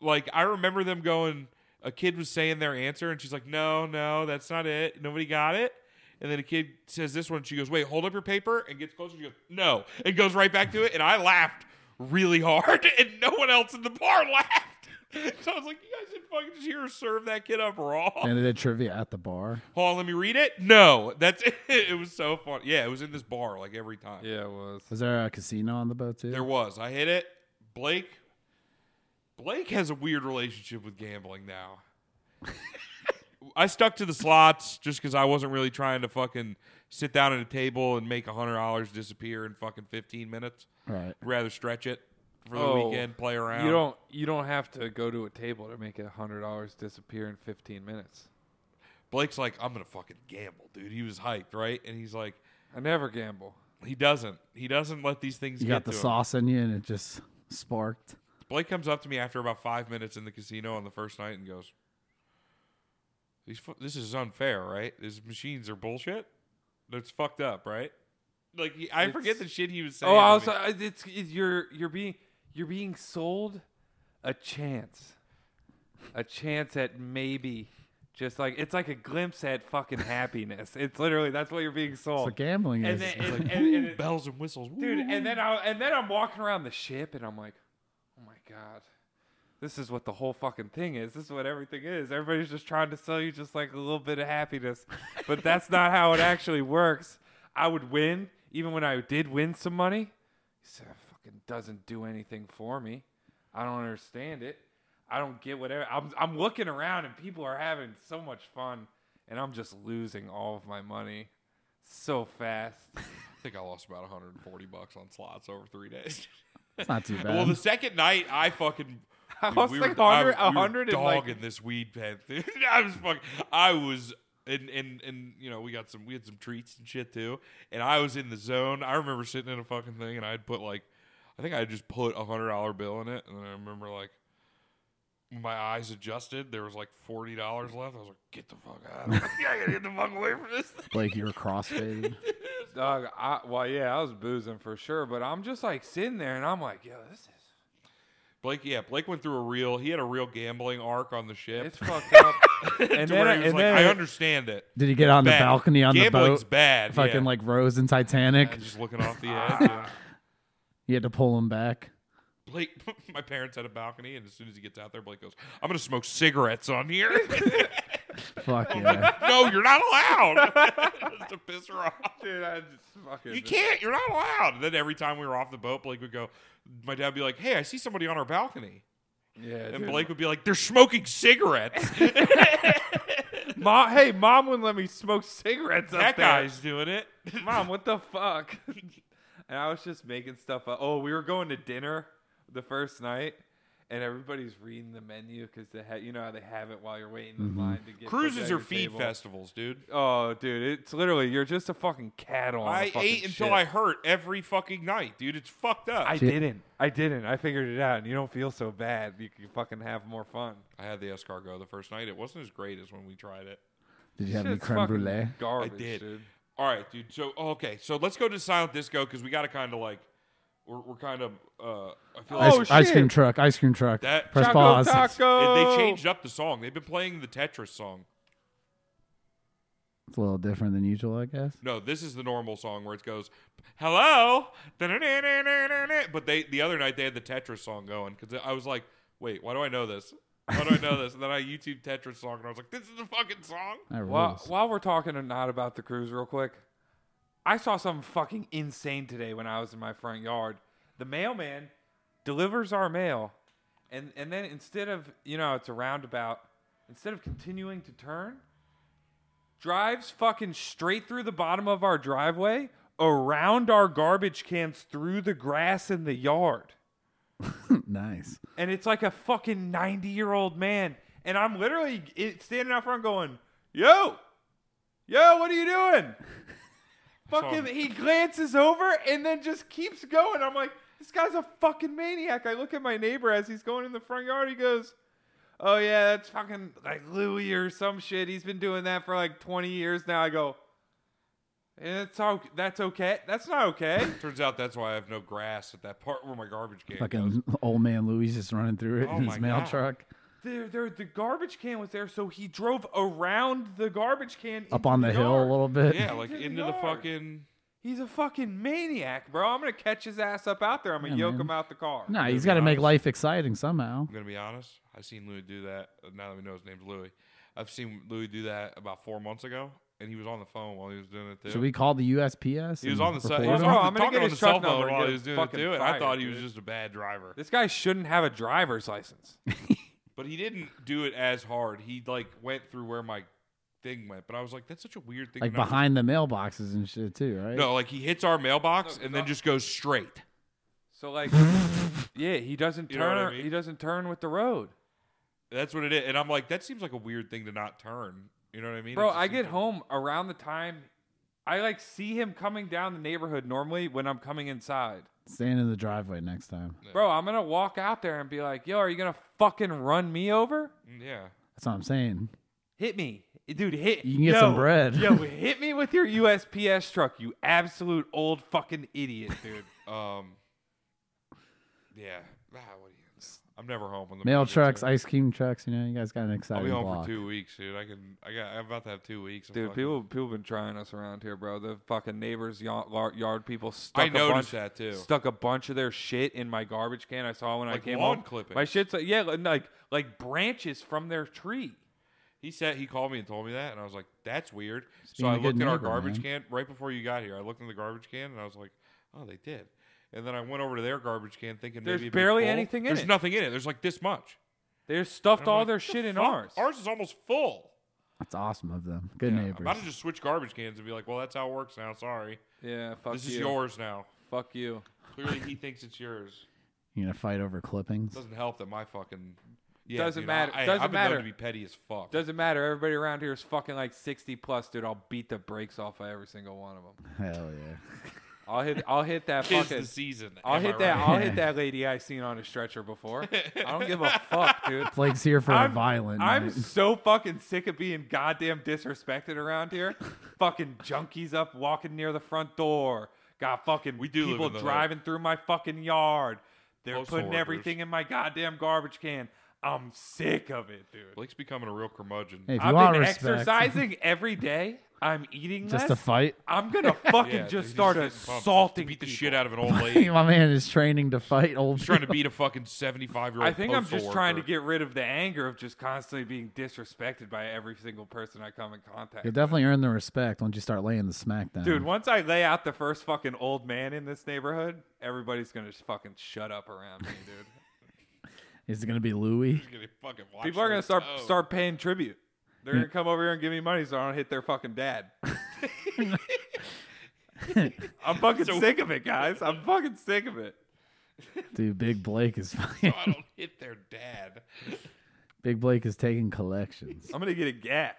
Like I remember them going a kid was saying their answer and she's like, "No, no, that's not it. Nobody got it." And then a kid says this one, she goes, "Wait, hold up your paper." And gets closer, she goes, "No." And goes right back to it and I laughed really hard and no one else in the bar laughed. So I was like, "You guys didn't fucking just here serve that kid up raw."
And they did trivia at the bar.
Hold on, let me read it. No, that's it. It was so fun. Yeah, it was in this bar like every time.
Yeah, it was.
Was there a casino on the boat too?
There was. I hit it. Blake. Blake has a weird relationship with gambling now. I stuck to the slots just because I wasn't really trying to fucking sit down at a table and make hundred dollars disappear in fucking fifteen minutes.
right.
Rather stretch it for the
Oh,
weekend, play around.
You don't you don't have to go to a table to make a hundred dollars disappear in fifteen minutes.
Blake's like, I'm gonna fucking gamble, dude. He was hyped, right? And he's like,
I never gamble.
he doesn't. He doesn't let these things
You
get
got the
to him.
sauce in you and it just sparked.
Blake comes up to me after about five minutes in the casino on the first night and goes, "These fu- this is unfair, right? These machines are bullshit. That's fucked up, right?" Like he, I forget
It's-
the shit he was saying.
Oh, I was.
to me.
uh, It's, it's you're you're being you're being sold a chance, a chance at maybe just like it's like a glimpse at fucking happiness. It's literally that's what you're being sold.
So
Oh.
gambling
and
is.
then,
it's
and,
like,
and- and it-
bells and whistles, Woo.
dude, and then I and then I'm walking around the ship and I'm like, oh my god. This is what the whole fucking thing is. This is what everything is. Everybody's just trying to sell you just like a little bit of happiness. But that's not how it actually works. I would win, even when I did win some money. He said, "It fucking doesn't do anything for me. I don't understand it. I don't get whatever. I'm, I'm looking around and people are having so much fun. and I'm just losing all of my money so fast.
I think I lost about 140 bucks on slots over three days.
It's not too bad.
Well, the second night, I fucking.
I
dude,
lost
we
like
were, I-
100
we were
100 and like
dogging this weed pen. Dude. I was fucking. I was. And, and and you know we got some we had some treats and shit too and I was in the zone I remember sitting in a fucking thing and I'd put like I think I just put a hundred dollar bill in it and I remember like when my eyes adjusted there was like forty dollars left I was like get the fuck out of here I gotta get the fuck away from this thing.
like you were crossfading.
Dog, I, well, yeah, I was boozing for sure, but I'm just like sitting there and I'm like, yo, this is
Blake yeah Blake went through a real he had a real gambling arc on the ship
it's fucked up. and
to
then,
where
I-
he was
and
like
then
I
it-
understand it
Did you get on the
Bad.
balcony on the
Gambling's
boat?
bad.
Fucking
yeah.
like Rose and Titanic.
Yeah, just looking off the edge. yeah.
You had to pull him back.
Blake, my parents had a balcony, and as soon as he gets out there, Blake goes, "I'm gonna smoke cigarettes on here."
Fuck yeah.
no, you're not allowed. just to piss her off.
dude, I just fucking.
You can't. You're not allowed. And then every time we were off the boat, Blake would go. My dad would be like, "Hey, I see somebody on our balcony,"
Yeah,
and
dude.
Blake would be like, "They're smoking cigarettes."
Mom, hey, mom wouldn't let me smoke cigarettes up
that
there.
guy's doing it.
Mom, what the fuck? and I was just making stuff up. Oh, we were going to dinner the first night, and everybody's reading the menu because they ha- you know how they have it while you're waiting in line to get put
Mm-hmm. Cruises
at
are
your
feed
table.
festivals, dude.
Oh, dude, it's literally you're just a fucking cattle. on a
I
fucking
ate until
ship.
I hurt every fucking night, dude. It's fucked up.
I
I,
didn't. I didn't. I figured it out, and you don't feel so bad. You can fucking have more fun.
had the escargot the first night. It wasn't as great as when we tried it.
Did you have any
Shit's
creme
fucking
brulee?
Garbage,
I did.
dude.
All right, dude. So oh, okay, so let's go to silent disco because we got to kind of like we're, we're kind of uh. I
Oh,
feel like
ice, ice cream
shit.
truck. Ice cream truck.
That-
Press
Choco
pause. It's,
taco.
they they changed up the song. They've been playing the Tetris song.
it's a little different than usual, I guess.
No, this is the normal song where it goes hello, da-da-da-da-da-da-da. but they the other night they had the Tetris song going because I was like, wait, why do I know this? Why do I know this? And then I YouTube Tetris song and I was like, this is the fucking song.
That
While,
rules.
while we're talking or not about the cruise, real quick, I saw something fucking insane today when I was in my front yard. The mailman delivers our mail, and and then instead of you know it's a roundabout, instead of continuing to turn, drives fucking straight through the bottom of our driveway, around our garbage cans, through the grass in the yard
nice.
and it's like a fucking 90 year old man. And I'm literally it- standing out front going, yo, yo, what are you doing? fucking,
him.
he glances over and then just keeps going. I'm like, this guy's a fucking maniac. I look at my neighbor as he's going in the front yard. He goes, oh yeah, that's fucking like Louis or some shit. He's been doing that for like 20 years now. I go, "Eh, it's o- that's okay. That's not okay.
Turns out that's why I have no grass at that part where my garbage can goes.
Fucking old man Louis just running through it
Oh
in
my
his mail
God.
truck
There, there, the garbage can was there, so he drove around the garbage can
up
into
on the hill a
yard.
little bit.
Yeah, like
Into the
into the
yard.
fucking.
He's a fucking maniac, bro. I'm gonna catch his ass up out there. I'm gonna yoke
man.
him out the car.
Nah,
To
he's
be
got to make
honest.
life exciting somehow.
I'm gonna be honest. I've seen Louis do that. uh, Now that we know his name's Louis, I've seen Louis do that about four months ago, and he was on the phone while he was doing it too.
Should we call the USPS?
he was
and
on the cell.
report
He was
him?
Bro,
on
I'm
the,
gonna
talking
get
on
his
the cell
truck number
phone
and
while
get
he was doing it
fucking
too, and I
fired,
thought he was
dude.
just a bad driver.
This guy shouldn't have a driver's license.
But he didn't do it as hard. He like went through where my thing went, but I was like, that's such a weird thing.
like
when I was-
behind the mailboxes and shit too, right?
No, like he hits our mailbox
No,
and then
no.
just goes straight.
So like, yeah, he doesn't
You
turn.
know what I mean?
He doesn't turn with the road,
That's what it is, and I'm like, that seems like a weird thing to not turn. You know what I mean, It
bro.
just
I
seems
get
like-
home around the time. I like see him coming down the neighborhood normally when I'm coming inside.
Stand in the driveway next time.
Bro, I'm gonna walk out there and be like, "Yo, are you gonna fucking run me over?"
mm, Yeah.
That's what I'm saying.
Hit me, dude. Hit.
You can get some
Yo,
bread.
yo, hit me with your USPS truck, you absolute old fucking idiot, dude.
Um. Yeah. Ah, what do you? I'm never home when the
Mail
money gets
trucks,
here.
ice cream trucks. You know, you guys got an
I'll be
exciting
home
block.
for two weeks, dude. I can. I got. I'm about to have two weeks. of
dude,
fucking-
people people been trying us around here, bro. The fucking neighbors, yard, lar- yard people stuck.
I
a
noticed
bunch,
that too.
Stuck a bunch of their shit in my garbage can. I saw when I
Like
came
lawn
home.
clippings.
My shit's like yeah, li- like like branches from their tree.
He said he called me and told me that, and I was like, "That's weird."
Being
so
a
I looked
good
at our
neighbor,
garbage can right before you got here. I looked in the garbage can and I was like, "Oh, they did." And then I went over to their garbage can thinking
There's
maybe it'd be
barely
full.
anything in
There's
it.
nothing in it. There's like this much.
They just
And
stuffed
I'm
all
like,
their
"What the
shit in
fuck?
ours.
Ours is almost full.
That's awesome of them. Good
I'm
neighbors.
about to just switch garbage cans and be like, well, that's how it works now. Sorry.
Yeah, fuck
this
you.
is yours now.
Fuck you.
Clearly, he thinks it's yours.
You're gonna fight over clippings.
Doesn't help that my fucking. Yeah,
Doesn't
dude,
matter.
I, I,
Doesn't
I've been known
matter.
to be petty as fuck.
Doesn't matter. Everybody around here is fucking like 60 plus, dude. I'll beat the brakes off of every single one of them.
Hell yeah.
I'll hit. I'll hit that
Tis
fucking.
the season.
I'll
am
hit
I
that.
right?
I'll hit that lady I seen on a stretcher before. I don't give a fuck, dude.
Blake's here for a
I'm-
violent.
I'm
night.
so fucking sick of being goddamn disrespected around here. fucking junkies up walking near the front door. Got fucking
We do live
people
in the hood.
driving through my fucking yard. They're
Postal
putting
workers.
everything in my goddamn garbage can. I'm sick of it, dude.
Blake's becoming a real curmudgeon.
Hey, if you
I've
want
been
respect,
exercising every day. I'm eating
just a
less.
fight.
I'm gonna fucking
Yeah, dude,
just
he's
start
getting pumped.
assaulting.
Beat the
people.
shit out of an old lady.
My man is training to fight old.
He's trying to
people.
beat a fucking seventy-five-year-old.
I think I'm just trying to get rid of the anger of just constantly being disrespected by every single person I come in contact.
You'll
with.
definitely earn the respect once you start laying the smack down.
Dude, once I lay out the first fucking old man in this neighborhood, everybody's gonna just fucking shut up around me, dude.
is it gonna be Louis?
Gonna fucking watch
People are
their Hmm.
gonna start
toe.
start paying tribute. They're gonna come over here and give me money so I don't hit their fucking dad. I'm fucking sick of it, guys. I'm fucking sick of it.
Dude, Big Blake is fucking-
I don't hit their dad.
Big Blake is taking collections.
I'm gonna get a gat.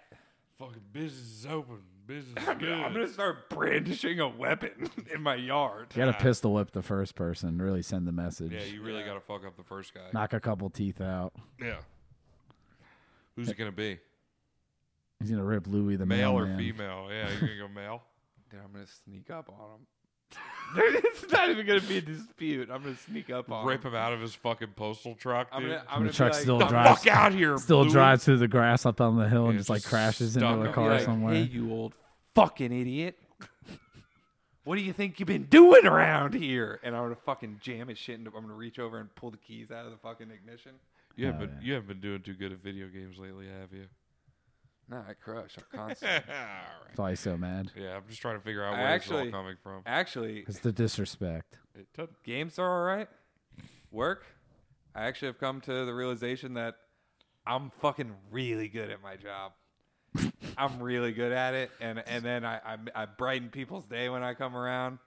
Fucking business is open. Business is
I'm
good.
gonna, I'm gonna start brandishing a weapon in my yard.
You gotta pistol whip the first person. Really send the message.
yeah, you really gotta fuck up the first guy.
Knock a couple teeth out.
yeah. Who's it gonna be?
He's gonna rip Louis the
Male or
mailman.
female? Yeah, you're gonna go male.
Dude, I'm gonna sneak up on him. it's not even gonna be a dispute. I'm gonna sneak up on
Rip
him.
him out of his fucking postal truck, dude.
I'm gonna, I'm
And
gonna
the
be
truck
like,
still
the
drives,
fuck out here.
still
Louis.
drives through the grass up on the hill and
Yeah,
just like
just
crashes
stuck
into a
up.
car
Yeah, like,
somewhere.
Hey, you old fucking idiot. What do you think you've been doing around here? And I'm gonna fucking jam his shit into. I'm gonna reach over and pull the keys out of the fucking ignition.
You haven't,
Oh,
been,
yeah.
you haven't been doing too good at video games lately, have you?
Nah, I crush. I'm constant.
All right.
That's why he's so mad.
Yeah, I'm just trying to figure out
I
where
actually-
it's all coming from.
actually,
It's the disrespect.
It took-
games are all right. Work. I actually have come to the realization that I'm fucking really good at my job. I'm really good at it, and and then I, I I brighten people's day when I come around.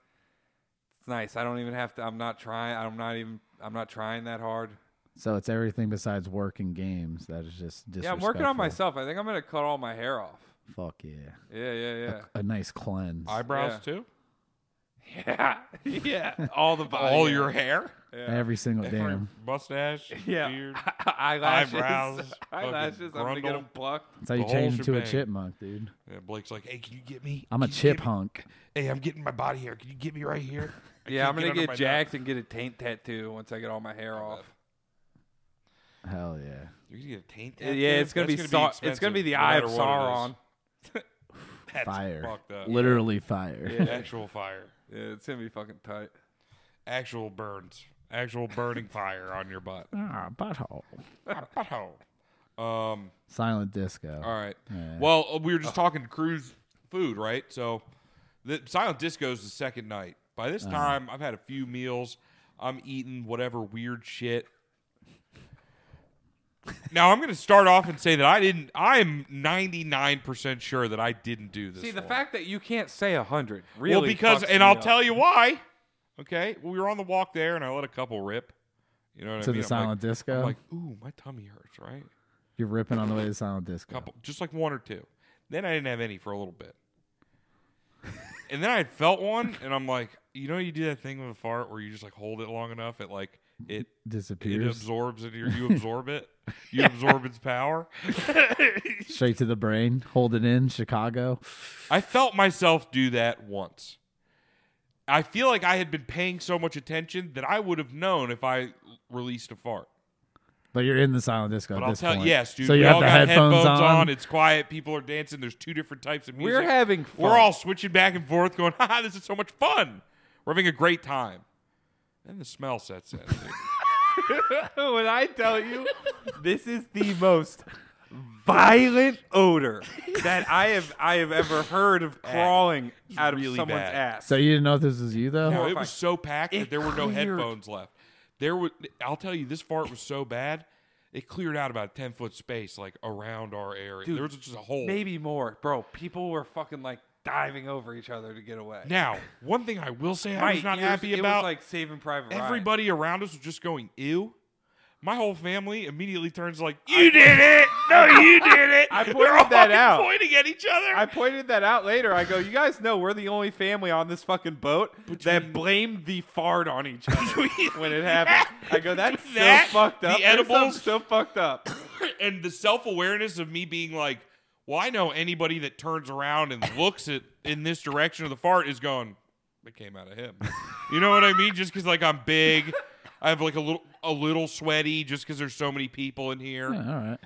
It's nice. I don't even have to. I'm not trying. I'm not even. I'm not trying that hard.
So it's everything besides work and games that is just disrespectful.
Yeah, I'm working on myself. I think I'm gonna cut all my hair off.
Fuck yeah.
Yeah, yeah, yeah.
A nice cleanse.
eyebrows
Yeah.
too.
Yeah, yeah. All the body.
All your hair,
Every single
Every
damn.
mustache,
yeah.
beard.
eyelashes,
eyebrows,
eyelashes.
fucking
I'm gonna get
grundle.
them plucked.
That's how you
the
change into
whole
a
shebang.
chipmunk, dude.
Yeah, Blake's like, "Hey, can you get me?
I'm a
Can you get
chip
me-
hunk.
Hey, I'm getting my body hair. Can you get me right here? I
Yeah, I'm
can't
gonna
under
get,
my
jacked and get a taint tattoo once I get all my hair off.
Hell yeah.
nose." You're gonna get a taint
Yeah,
tattoo.
it's gonna
That's
be, Sau- it's
expensive,
gonna be the
no
eye of
matter what it
Sauron.
is. That's
Fire.
fucked up.
Literally fire.
Actual fire.
Yeah, it's gonna be fucking tight.
Actual burns. Actual burning fire on your butt.
Ah, butthole.
Butthole. Um.
Silent disco.
All right. Well, uh, we were
Oh.
just talking cruise food, right? So, the Silent Disco is the second night. By this
Uh-huh.
time, I've had a few meals. I'm eating whatever weird shit. now, I'm going to start off and say that I didn't. I am 99% sure that I didn't do this.
See, the
one.
fact that you can't say a hundred really.
Well, because,
fucks
and
me
I'll
up.
tell you why. Okay. We were on the walk there, and I let a couple rip. You know what
to
I mean?
the silent
I'm like,
disco.
I'm like, ooh, my tummy hurts, right?
You're ripping on the way to silent disco.
couple, just like one or two. Then I didn't have any for a little bit. and then I felt one, and I'm like, you know, you do that thing with a fart where you just like hold it long enough, it like it it
Disappears
absorbs it. You you absorb it. You absorb its power.
straight to the brain. Hold it in Chicago.
I felt myself do that once. I feel like I had been paying so much attention that I would have known if I released a fart.
But you're in the silent disco.
But
at
I'll
this
tell
point.
yes, dude.
So you
we
have
all
the
got
headphones, on.
It's quiet. People are dancing. There's two different types of music.
We're having fun.
We're all switching back and forth, going, "Ha ha, this is so much fun. We're having a great time." Then the smell sets in. dude.
when Oh, I tell you, this is the most violent odor that I have I have ever heard of crawling out of
really
someone's
bad.
ass.
so you didn't know if this was you though.
No, it
Horrifying.
was so packed that
It
there were no
cleared.
headphones left. There was. I'll tell you, this fart was so bad. It cleared out about a ten foot space like around our area.
Dude,
there was just a hole.
Maybe more, bro. People were fucking like diving over each other to get away.
Now, one thing I will say I
Right,
was not
it was-
happy
it was
about
like Saving Private Ryan.
everybody around us was just going ew. My whole family immediately turns like, "You did it! No, you did it!"
I
They're
pointed
all
that
fucking
out.
pointing at each other.
I pointed that out later. I go, you guys know we're the only family on this fucking boat that blamed the fart on each other when it happened. I go, that's so
That,
fucked up.
the
There's something
edibles.
so fucked up.
and the self awareness of me being like, well, I know anybody that turns around and looks at in this direction of the fart is going, it came out of him. you know what I mean? Just because like I'm big, I have like a little a little sweaty, just because there's so many people in here,
Yeah, all right.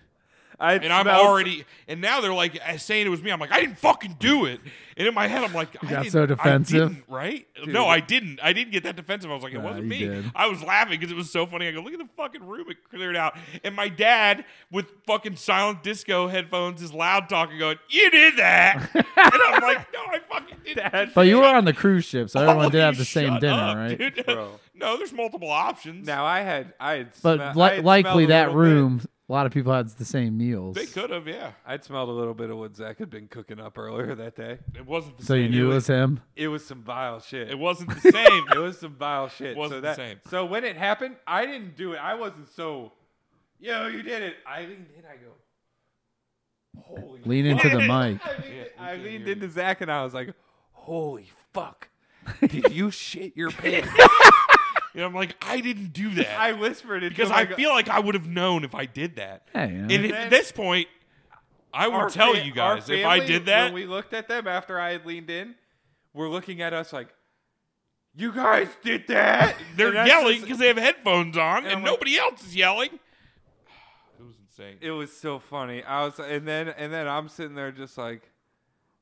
I
and I'm already. And now they're like uh, saying it was me. I'm like, I didn't fucking do it. And in my head, I'm like, I
got
didn't-
so
I
defensive.
didn't, right? No, I didn't. I didn't get that defensive. I was like, it
Nah,
wasn't
you
me.
did.
I was laughing because it was so funny. I go, look at the fucking room it cleared out. And my dad with fucking silent disco headphones is loud talking, going, "You did that," and I'm like, "No, I fucking didn't."
But you were on the cruise ship, so
All
everyone
of
did
you
have the same
shut
dinner,
up,
right?
dude.
Bro.
No, there's multiple options.
Now I had I had
But
sme-
li-
I had smelled
likely
a
that
little bit-
room, a lot of people had the same meals.
they could have, yeah.
I'd smelled a little bit of what Zach had been cooking up earlier that day.
It wasn't. The
So
same.
you knew it was him.
It was some vile shit.
It wasn't the same.
it was some vile shit. so
Wasn't the
that
same.
so when it happened, I didn't do it. I wasn't so. Yo, you did it. I leaned in. I go. Holy.
Lean into the mic.
I leaned, I
can't
leaned
hear
into Zach and I was like, "Holy fuck! Did you shit your pants?"
And I'm like, I didn't do that.
I whispered it
because I feel like I would have known if I did that.
Hey, you know.
and at
Then-
this point, I will tell you guys if I did that.
When we looked at them after I had leaned in, we're looking at us like, "You guys did that!"
they're
And that's
yelling
just-
because they have headphones on, and,
I'm like-
nobody else is yelling. It was insane.
it was so funny. I was, and then and then I'm sitting there just like,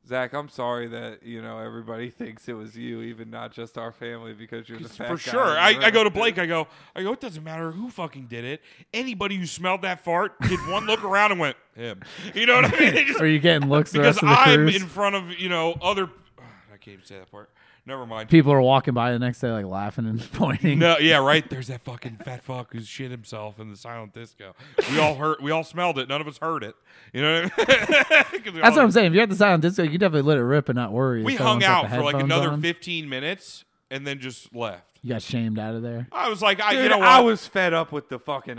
Zach, I'm sorry that you know everybody thinks it was you, even not just our family, because you're the fat
for
guy
sure.
in the
I, I
room.
go to Blake. I go. I go. It doesn't matter who fucking did it. Anybody who smelled that fart did one look around and went him. You know what I mean? They just-
Are you getting looks the
because
rest of the
I'm
cruise?
in front of you know other. I can't even say that part. Never mind.
People are walking by the next day, like laughing and pointing.
No, yeah, right. There's that fucking fat fuck who shit himself in the silent disco. We all heard, we all smelled it. None of us heard it. You know what I mean? 'Cause we all-
That's what I'm saying. If you're at the silent disco, you definitely let it rip and not worry. if
We
someone's
hung
got
out
the
for like
headphones
another
on.
15 minutes and then just left.
You got shamed out of there.
I was like, I,
Dude,
you know what?
I was fed up with the fucking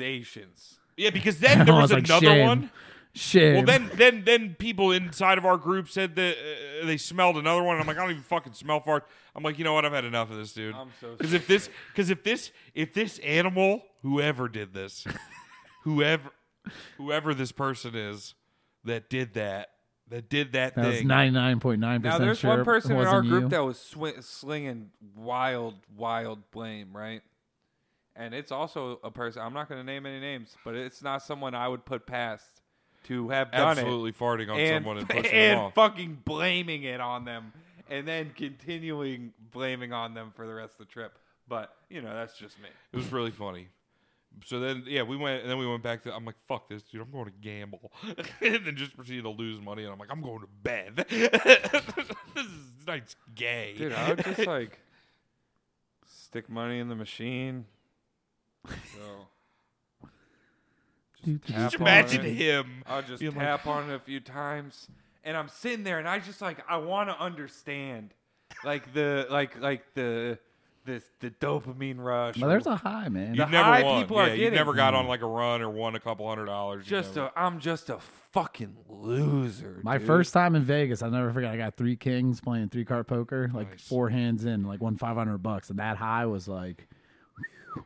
accusations.
yeah, because then there
I
was,
like,
another
shame.
one.
Shame.
Well, then, then, then people inside of our group said that uh, they smelled another one. And I'm like, I don't even fucking smell fart. I'm like, you know what? I've had enough of this, dude.
I'm so
because if this, because if this, if this animal, whoever did this, whoever, whoever this person is that did that, that did that,
that was
thing.
99.9
Now
percent
there's
sure
one person
it
in
wasn't
our group
you.
that was swi slinging wild, wild blame, right? And it's also a person. I'm not going to name any names, but it's not someone I would put past to have done it.
Absolutely farting on
and,
someone and pushing
and
them off.
fucking blaming it on them and then continuing blaming on them for the rest of the trip but you know that's just me
It was really funny. So then, yeah, we went, and then we went back to. I'm like, "Fuck this, dude! I'm going to gamble," and then just proceeded to lose money. And I'm like, "I'm going to bed. this is night's gay."
dude i would just like stick money in the machine so
Dude,
just
just
tap on
imagine
it.
him.
i'll just
being like,
tap on it a few times and i'm sitting there and i just like i want to understand like the like like the this the dopamine rush
Well, there's a high, man.
"You
the
never
high
won.
people
yeah,
are
you
getting.
never got on like a run or won a couple hundred dollars. you
just
never-
a i'm just a fucking loser
My
dude.
first time in Vegas, I never forget. I got three kings playing three card poker, like four hands in, like won five hundred bucks, and that high was like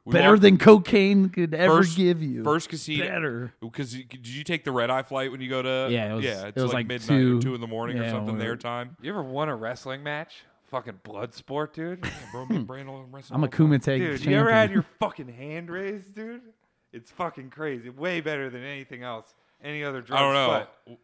We
better
walked-
than cocaine could ever
first-
give you.
First casino.
better.
Because did you take the red eye flight when you go to?
Yeah, it was-
yeah. It's
it was like
midnight
two-
or two in the morning or
yeah,
something
we
their
were-
time.
You ever won a wrestling match? Fucking blood sport, dude.
Yeah, bro, me and Brandon wrestled
Hmm. I'm a
all the time.
Kumite
dude,
champion.
you ever had your fucking hand raised, dude? It's fucking crazy. Way better than anything else. Any other drug
I don't know.
spot.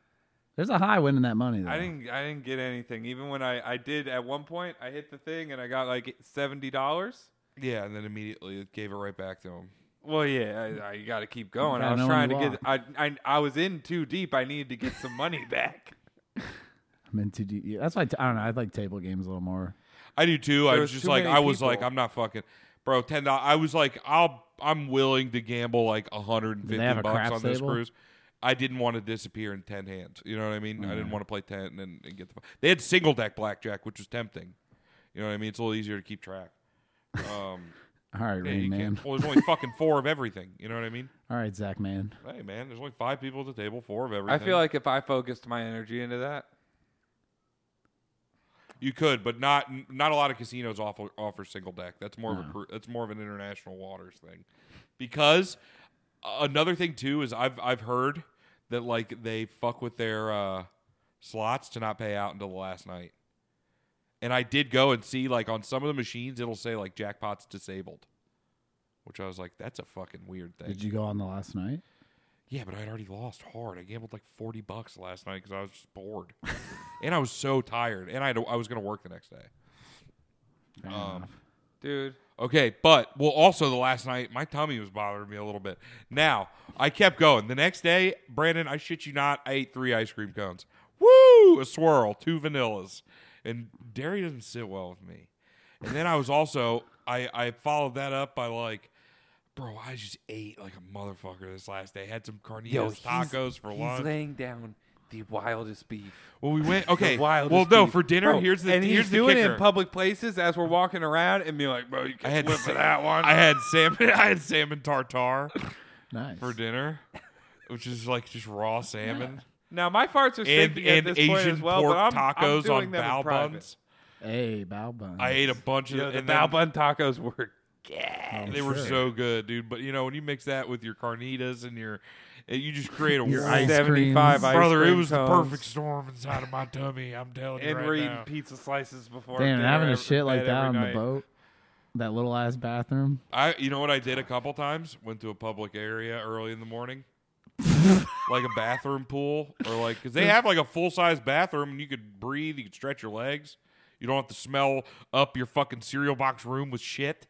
There's a high winning that money. Though.
I didn't I didn't get anything. Even when I, I did at one point I hit the thing and I got like seventy dollars.
Yeah, and then immediately it gave it right back to him.
Well yeah, I, I gotta keep going.
gotta
I was
know
trying
when
to
you
get I, I I was in too deep. I needed to get some money back.
I'm into. Yeah, that's why I t- I don't know. I like table games a little more.
I do too. I
There
was
was
just
too
like,
many
I was
people.
like, I'm not fucking. bro, ten dollars. I was like, I'll, I'm willing to gamble like hundred and
Do they have
fifty
a
bucks
craps
on this
table?
cruise. I didn't want to disappear in ten hands. You know what I mean? I
Mm.
didn't want to play ten and, and get the. They had single deck blackjack, which was tempting. You know what I mean? It's a little easier to keep track. Um,
All right,
yeah,
Rain
you
Man.
can't- Well, there's only fucking four of everything. You know what I mean?
All right, Zach Man.
Hey, man, there's only five people at the table, four of
I
everything.
feel like if I focused my energy into that,
you could, but not not a lot of casinos offer offer single deck. That's more of a
No.
cru- that's more of an international waters thing. Because uh, another thing too is I've I've heard that like they fuck with their uh, slots to not pay out until the last night. And I did go and see like on some of the machines it'll say like jackpots disabled, which I was like that's a fucking weird thing.
Did you go on the last night?
Yeah, but I'd already lost hard. I gambled like forty bucks last night because I was just bored, and I was so tired, and I had to- I was gonna work the next day.
Fair
Um,
enough.
dude,
Okay, but well, also the last night my tummy was bothering me a little bit. Now I kept going. The next day, Brandon, I shit you not, I ate three ice cream cones. Woo, a swirl, two vanillas, and dairy doesn't sit well with me. And then I was also I I followed that up by like. Bro, I just ate like a motherfucker this last day. Had some carnitas tacos for
he's
lunch.
laying down the wildest beef.
Well, we went. Okay.
The wildest
well, no,
beef.
for dinner.
Bro,
here's the
and
here's
he's
the
doing
kicker.
it in public places as we're walking around and be like, bro, you
I
can't
had
live
sa-
for that one.
I had salmon. I had salmon tartare
nice.
for dinner, which is like just raw salmon
now my farts are
and
stinky
and
at this point
Asian
as well,
pork
but I'm, I'm
tacos
doing
on
them in
bao
private.
buns.
Hey, bow bun.
I ate a bunch of
Yeah, the
and
bao
then-
bun tacos were
I'm
They were
sure.
so good, dude. But you know when you mix that with your carnitas and your, and you just create a
Your
world.
ice
seventy-five.
creams.
Ice
brother. It
cream
was the
cones.
perfect storm inside of my tummy. I'm telling you
And
right
we're eating
now.
pizza slices before.
Damn,
dinner
having a
every-
shit like
bed
that on
every
the
night.
boat, that little ass bathroom.
I you know what I did a couple times? Went to a public area early in the morning. like a bathroom pool or like cuz they have like a full-size bathroom and you could breathe, you could stretch your legs. You don't have to smell up your fucking cereal box room with shit.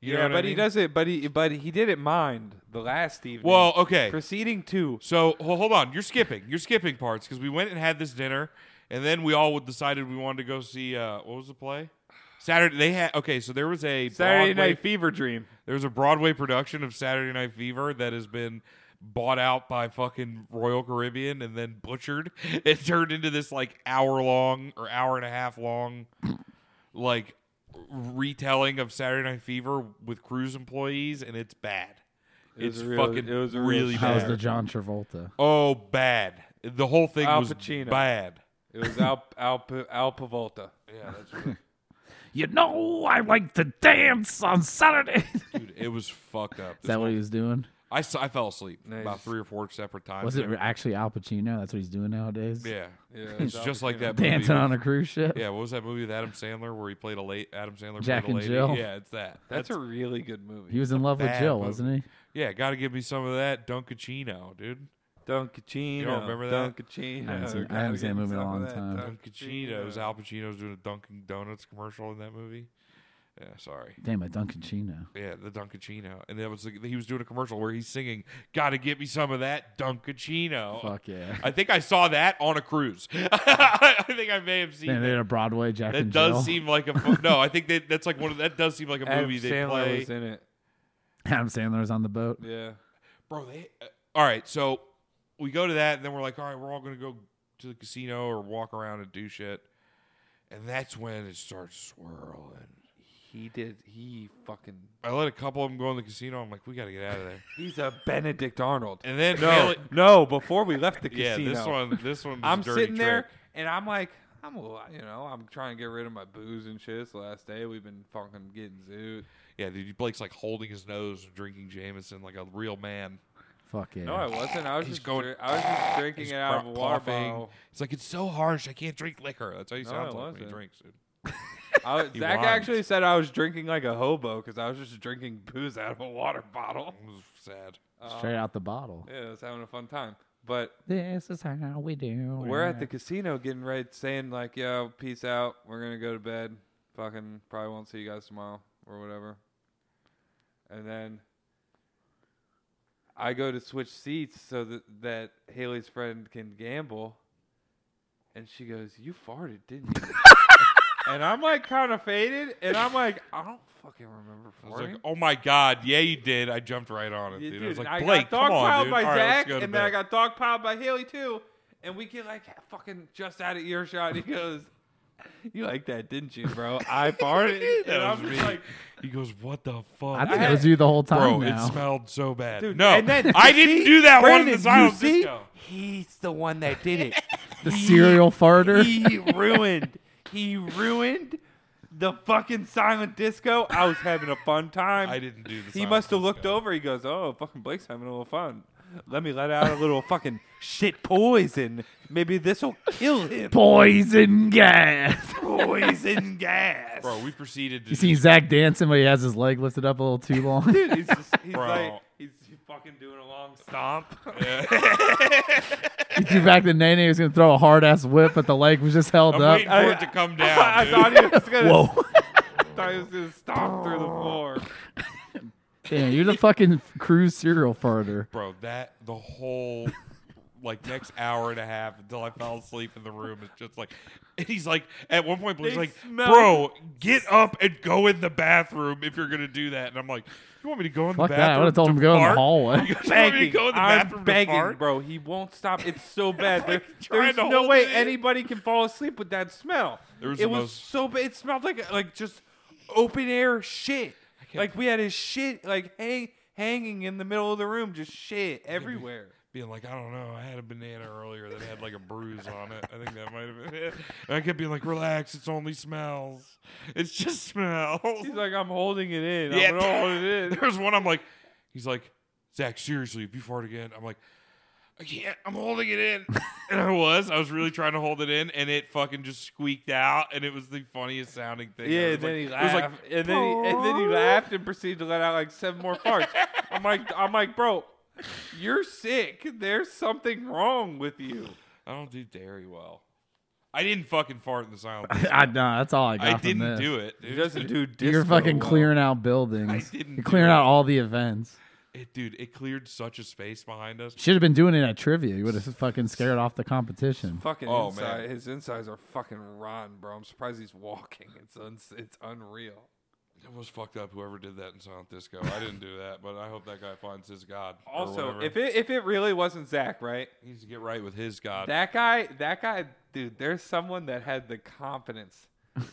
You know
yeah,
what I
but he
mean?
does it. But he but he didn't mind the last evening.
Well, okay.
proceeding to
So ho- hold on, you're skipping. You're skipping parts because we went and had this dinner, and then we all decided we wanted to go see uh, what was the play? Saturday. They had okay. So there was a
Saturday
Broadway
Night Fever Dream.
There was a Broadway production of Saturday Night Fever that has been bought out by fucking Royal Caribbean and then butchered. It turned into this like hour long or hour and a half long like retelling of Saturday Night Fever with cruise employees and it's bad.
It was
it's
real-
fucking
it was a real
really
shame.
How's
bad.
the John Travolta?
oh, bad. The whole thing
Al
was
Pacino.
bad.
It was Al Al Al Pavolta.
Yeah, that's
You know, I like to dance on Saturday. Is
dude, it was fucked up.
that what he was doing?
I, s- I fell asleep
Nice.
about three or four separate times.
Was it actually Al Pacino? That's what he's doing nowadays.
Yeah.
Yeah,
It's just like that movie.
Dancing on a cruise ship.
Yeah, what was that movie with Adam Sandler where he played a late Adam Sandler
Jack
played a
and
lady?
Jill.
Yeah, it's that.
That's a really good movie.
He was in love with
bad
Jill,
movie.
wasn't he?
yeah. Got to give me some of that Dunkachino, dude.
Dunkachino.
You don't remember that?
Dunkachino.
I haven't seen- I haven't seen that movie in a long time.
Dunkachino. It was Al Pacino's doing a Dunkin' Donuts commercial in that movie. Yeah, sorry.
Damn, a Duncan Chino.
Yeah, the Dunkachino, and that was like, he was doing a commercial where he's singing "Got to get me some of that Dunkachino."
Fuck yeah.
I think I saw that on a cruise. I think I may have seen.
Damn, they
that.
had a Broadway Jack
That
and
does
Jill.
seem like a fu- no. I think that that's like one of that does seem like a
Adam
movie they
Sandler
play.
was in it.
Adam Sandler was on the boat.
Yeah.
bro they uh, all right so we go to that and then we're like all right we're all gonna go to the casino or walk around and do shit and that's when it starts swirling
He did. He fucking.
i let a couple of them go in the casino i'm like we gotta get out of there
He's a Benedict Arnold.
and then
No,
Haley-
no. Before we left the
yeah
casino,
this one this one was
I'm
a dirty
sitting there
trick.
and I'm like, I'm a little, you know, I'm trying to get rid of my booze and shit. It's the last day we've been fucking getting zoot.
yeah dude blake's like holding his nose and drinking jameson like a real man
Fuck yeah.
No, I wasn't. I was
He's
just
going-
dri- I was just drinking
He's
it out of
cro-
a water
coughing.
bottle.
it's like it's so harsh i can't drink liquor that's how he
No,
sounds
it
like when he
wasn't.
drinks dude.
I was,
He
Zach
whines.
actually said I was drinking like a hobo because I was just drinking booze out of a water bottle.
it was sad
Straight out the bottle.
Yeah, I was having a fun time. But
This is how we do.
we're at the
it.
casino getting ready, saying like, "Yo, peace out. We're gonna go to bed. Fucking probably won't see you guys tomorrow or whatever." And then I go to switch seats so that that Haley's friend can gamble, and she goes, "You farted, didn't you?" and I'm like kind of faded, and I'm like, I don't fucking remember
I was
farting.
like, oh my god, yeah, you did. I jumped right on it,
Yeah,
dude. I was
and
like, Blake,
got
come on,
dogpiled
dude.
by
All right, let's
Zach,
go to
and then I
bed."
got dogpiled by Haley too, and we get like fucking just out of earshot. And he goes, "You like that, didn't you, bro? I farted." and
That
I'm
was
just
me.
like,
he goes, what the fuck?
I think
I-
it was you the whole
Bro,
time. now.
it smelled so bad.
Dude,
no,
and then-
I
you
didn't
see?
do that one
"Brandon,
in the silent
you see?
disco.
He's the one that did it.
the serial farter.
he ruined. He ruined." The fucking silent disco. I was having a fun time.
I didn't do the.
He
silent
must have looked
disco.
over. He goes, "Oh, fucking Blake's having a little fun. Let me let out a little fucking shit poison. Maybe this will kill him.
Poison gas.
poison gas,
Bro, we proceeded to.
You see Zach dancing, but he has his leg lifted up a little too long.
Dude, he's just, he's
Bro.
like, he's fucking doing a long stomp.
you threw back the nene was gonna throw a hard ass whip, but the leg was just held
I'm
up.
waiting for it to come down.
I
dude.
thought he was gonna,
Whoa.
thought he was gonna stomp through the floor.
Damn, you're the fucking cruise serial farter.
Bro, that the whole like next hour and a half until I fell asleep in the room is just like and he's like at one point Blake's
They
like,
smell-
Bro, get up and go in the bathroom if you're gonna do that. And I'm like, You want me to go in
Fuck
the
that. I
bathroom?
would've told
to
him to go in the
fart?
hallway.
You guys want me to
Begging,
go in the bathroom
I'm
to
begging,
fart?
bro. He won't stop. It's so bad. There-
trying
there's
to
no
hold
way
it in.
anybody can fall asleep with that smell.
There was
it
the
was
most-
so bad. It smelled like like just open air shit. Like we had his shit like hang, hanging in the middle of the room, just shit everywhere.
Being like, I don't know, I had a banana earlier that had like a bruise on it. I think that might have been it. And I kept being like, Relax, it's only smells. It's just smells.
He's like, I'm holding it in.
Yeah.
I'm gonna hold it in.
There's one I'm like, he's like, Zach, seriously, if you fart again, I'm like, I can't. I'm holding it in, and I was. I was really trying to hold it in, and it fucking just squeaked out, and it was the funniest sounding thing.
Yeah,
It was
and then
like-
he
it was
laughed,
like,
and then he and then he laughed and proceeded to let out like seven more farts. I'm like, I'm like, bro, you're sick. There's something wrong with you.
I don't do dairy well. I didn't fucking fart in the silent. disco.
I know that's all I got.
I
from
didn't
this.
do it.
He
Dude.
doesn't do.
You're
disco
fucking
well.
clearing out buildings.
I didn't
You're
do
clearing
it.
out all the events.
It- dude, it cleared such a space behind us.
Should have been doing it at trivia. You would have fucking scared off the competition.
Fucking
Oh,
inside,
man.
his insides are fucking rotten, bro. I'm surprised he's walking. It's un- it's unreal.
It was fucked up. Whoever did that in silent disco, I didn't do that, but I hope that guy finds his god. or
Also,
whatever.
if it if it really wasn't Zach, right?
he needs to get right with his god,
That guy, that guy, dude. There's someone that had the confidence